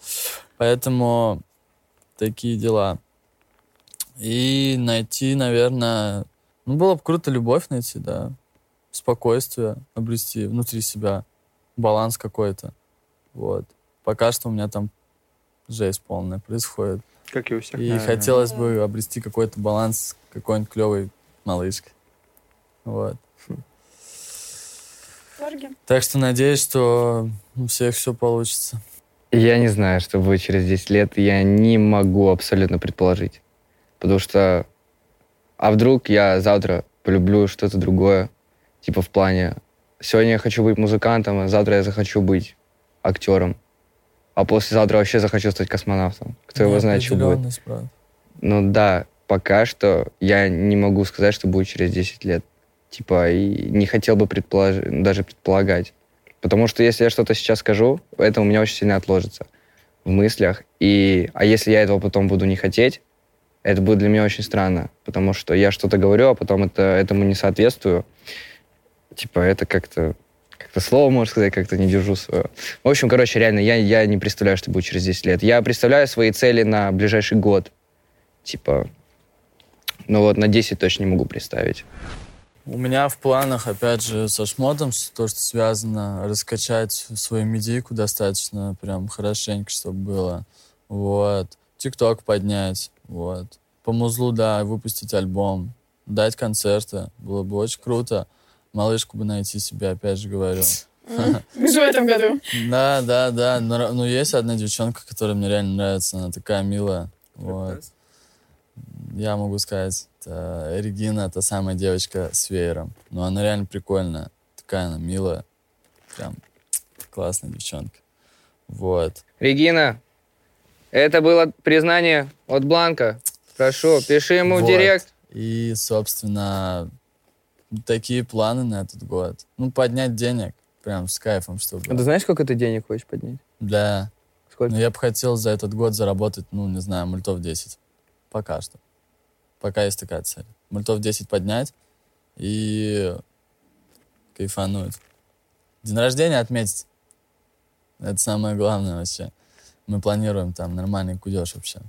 Поэтому такие дела. И найти, наверное, ну, было бы круто любовь найти, да. Спокойствие обрести внутри себя. Баланс какой-то. Вот. Пока что у меня там жесть полная происходит. Как и у всех. И наверное. хотелось бы обрести какой-то баланс с какой-нибудь клевой малышкой. Вот. Так что надеюсь, что у всех все получится. Я не знаю, что будет через 10 лет. Я не могу абсолютно предположить. Потому что... А вдруг я завтра полюблю что-то другое? Типа в плане... Сегодня я хочу быть музыкантом, а завтра я захочу быть актером. А послезавтра вообще захочу стать космонавтом. Кто его знает, что будет. Неопределенность, правда. Ну да, пока что я не могу сказать, что будет через 10 лет. Типа, и не хотел бы предполож- даже предполагать. Потому что если я что-то сейчас скажу, это у меня очень сильно отложится в мыслях. И, а если я этого потом буду не хотеть, это будет для меня очень странно. Потому что я что-то говорю, а потом это, этому не соответствую. Типа, это как-то как-то слово, можно сказать, как-то не держу свое. В общем, короче, реально, я, я не представляю, что будет через 10 лет. Я представляю свои цели на ближайший год типа, ну вот на 10 точно не могу представить. У меня в планах, опять же, со шмотом, с- то, что связано, раскачать свою медийку достаточно прям хорошенько, чтобы было. Вот. Тикток поднять. Вот. По музлу, да, выпустить альбом. Дать концерты. Было бы очень круто. Малышку бы найти себе, опять же говорю. Уже в этом году. Да, да, да. Но, ра- ну, есть одна девчонка, которая мне реально нравится. Она такая милая. Вот. Я могу сказать, это Регина, та самая девочка с веером. Но она реально прикольная. Такая она милая. Прям классная девчонка. Вот. Регина, это было признание от Бланка. Прошу, пиши ему в Вот. директ. И, собственно, такие планы на этот год. Ну, поднять денег. Прям с кайфом, А ты чтобы... знаешь, сколько ты денег хочешь поднять? Да. Сколько? Ну, я бы хотел за этот год заработать, ну, не знаю, мультов 10. Пока что. Пока есть такая цель. Мультов 10 поднять и кайфануть. День рождения отметить. Это самое главное вообще. Мы планируем там нормальный кудеж вообще.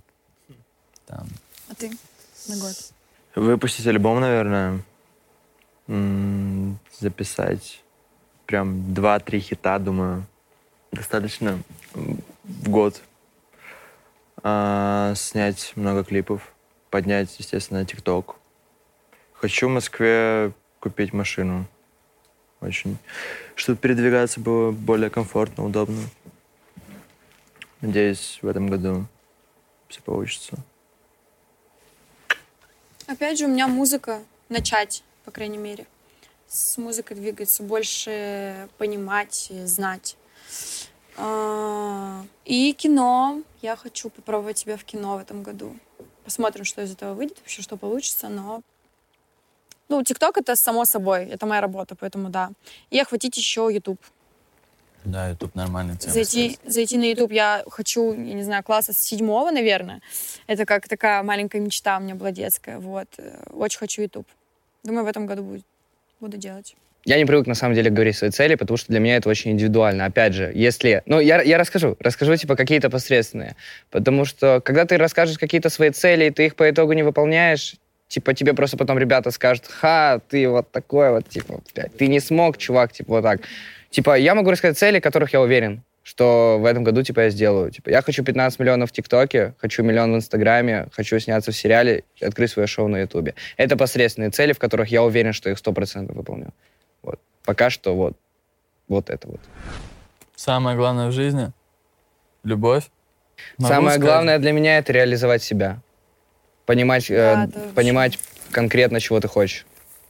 Там. А ты? На год. Выпустить альбом, наверное. М, Записать. Прям 2-3 хита, думаю. Достаточно м, в год. А, снять много клипов. Поднять, естественно, ТикТок. Хочу в Москве купить машину. Очень. Чтобы передвигаться было более комфортно, удобно. Надеюсь, в этом году все получится. Опять же, у меня музыка начать, по крайней мере. С музыкой двигаться, больше понимать и знать. А, И кино. Я хочу попробовать себя в кино в этом году. Посмотрим, что из этого выйдет, вообще что получится, но... Ну, ТикТок — это само собой, это моя работа, поэтому да. И охватить еще YouTube. Да, YouTube нормальная тема. Зайти, зайти на YouTube я хочу, я не знаю, класса с седьмого, наверное. Это как такая маленькая мечта у меня была детская. Вот. Э, Очень хочу YouTube. Думаю, в этом году будет. буду делать. Я не привык, на самом деле, говорить свои цели, потому что для меня это очень индивидуально. Опять же, если... Ну, я, я расскажу. Расскажу, типа, какие-то посредственные. Потому что, когда ты расскажешь какие-то свои цели, и ты их по итогу не выполняешь, типа, тебе просто потом ребята скажут, ха, ты вот такой вот, типа, блядь, ты не смог, чувак, типа, вот так. Типа, я могу рассказать цели, которых я уверен, что в этом году, типа, я сделаю. Типа, я хочу 15 миллионов в ТикТоке, хочу миллион в Инстаграме, хочу сняться в сериале, и открыть свое шоу на Ютубе. Это посредственные цели, в которых я уверен, что их 100% выполню. Вот. Пока что вот. Вот это вот. Самое главное в жизни — любовь. Могу Самое сказать? главное для меня — это реализовать себя. Понимать, э, Да, это очень- понимать конкретно, чего ты хочешь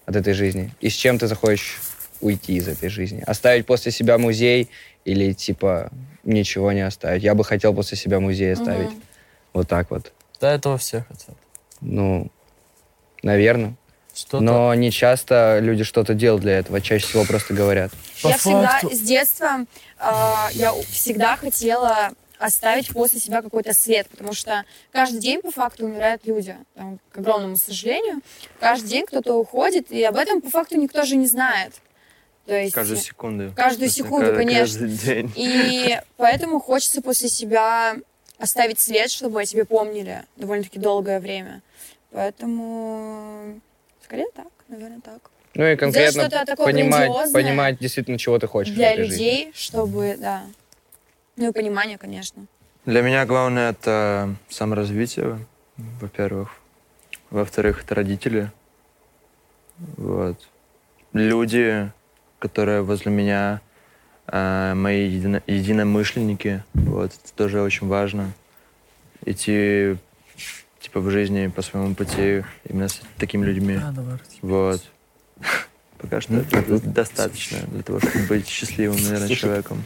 от этой жизни. И с чем ты захочешь уйти из этой жизни. Оставить после себя музей или, типа, ничего не оставить. Я бы хотел после себя музей оставить. Мгм. Вот так вот. До этого все хотят. Ну, наверное. Что-то Но не часто люди что-то делают для этого. Чаще всего просто говорят. по я всегда факту. с детства э, я у- всегда хотела оставить после себя какой-то след, потому что каждый день по факту умирают люди, там, к огромному сожалению. Каждый день кто-то уходит, и об этом по факту никто же не знает. То есть Каждую секунду. каждую Каждый- секунду, каждый конечно. день. И поэтому хочется после себя оставить след, чтобы о тебе помнили довольно-таки долгое время. Поэтому скорее так, наверное, так. Ну и конкретно что-то такое понимать, грандиозное понимать действительно, чего ты хочешь в Для этой жизни. людей, чтобы, да. Ну и понимание, конечно. Для меня главное это саморазвитие, во-первых. Во-вторых, это родители. Вот. Люди, которые возле меня, э, мои едино- единомышленники. Вот. Это тоже очень важно. Идти типа в жизни по своему пути именно с такими людьми. Да, давай, Рысь. Вот. [LAUGHS] Пока что это достаточно для того, чтобы быть счастливым, наверное, человеком.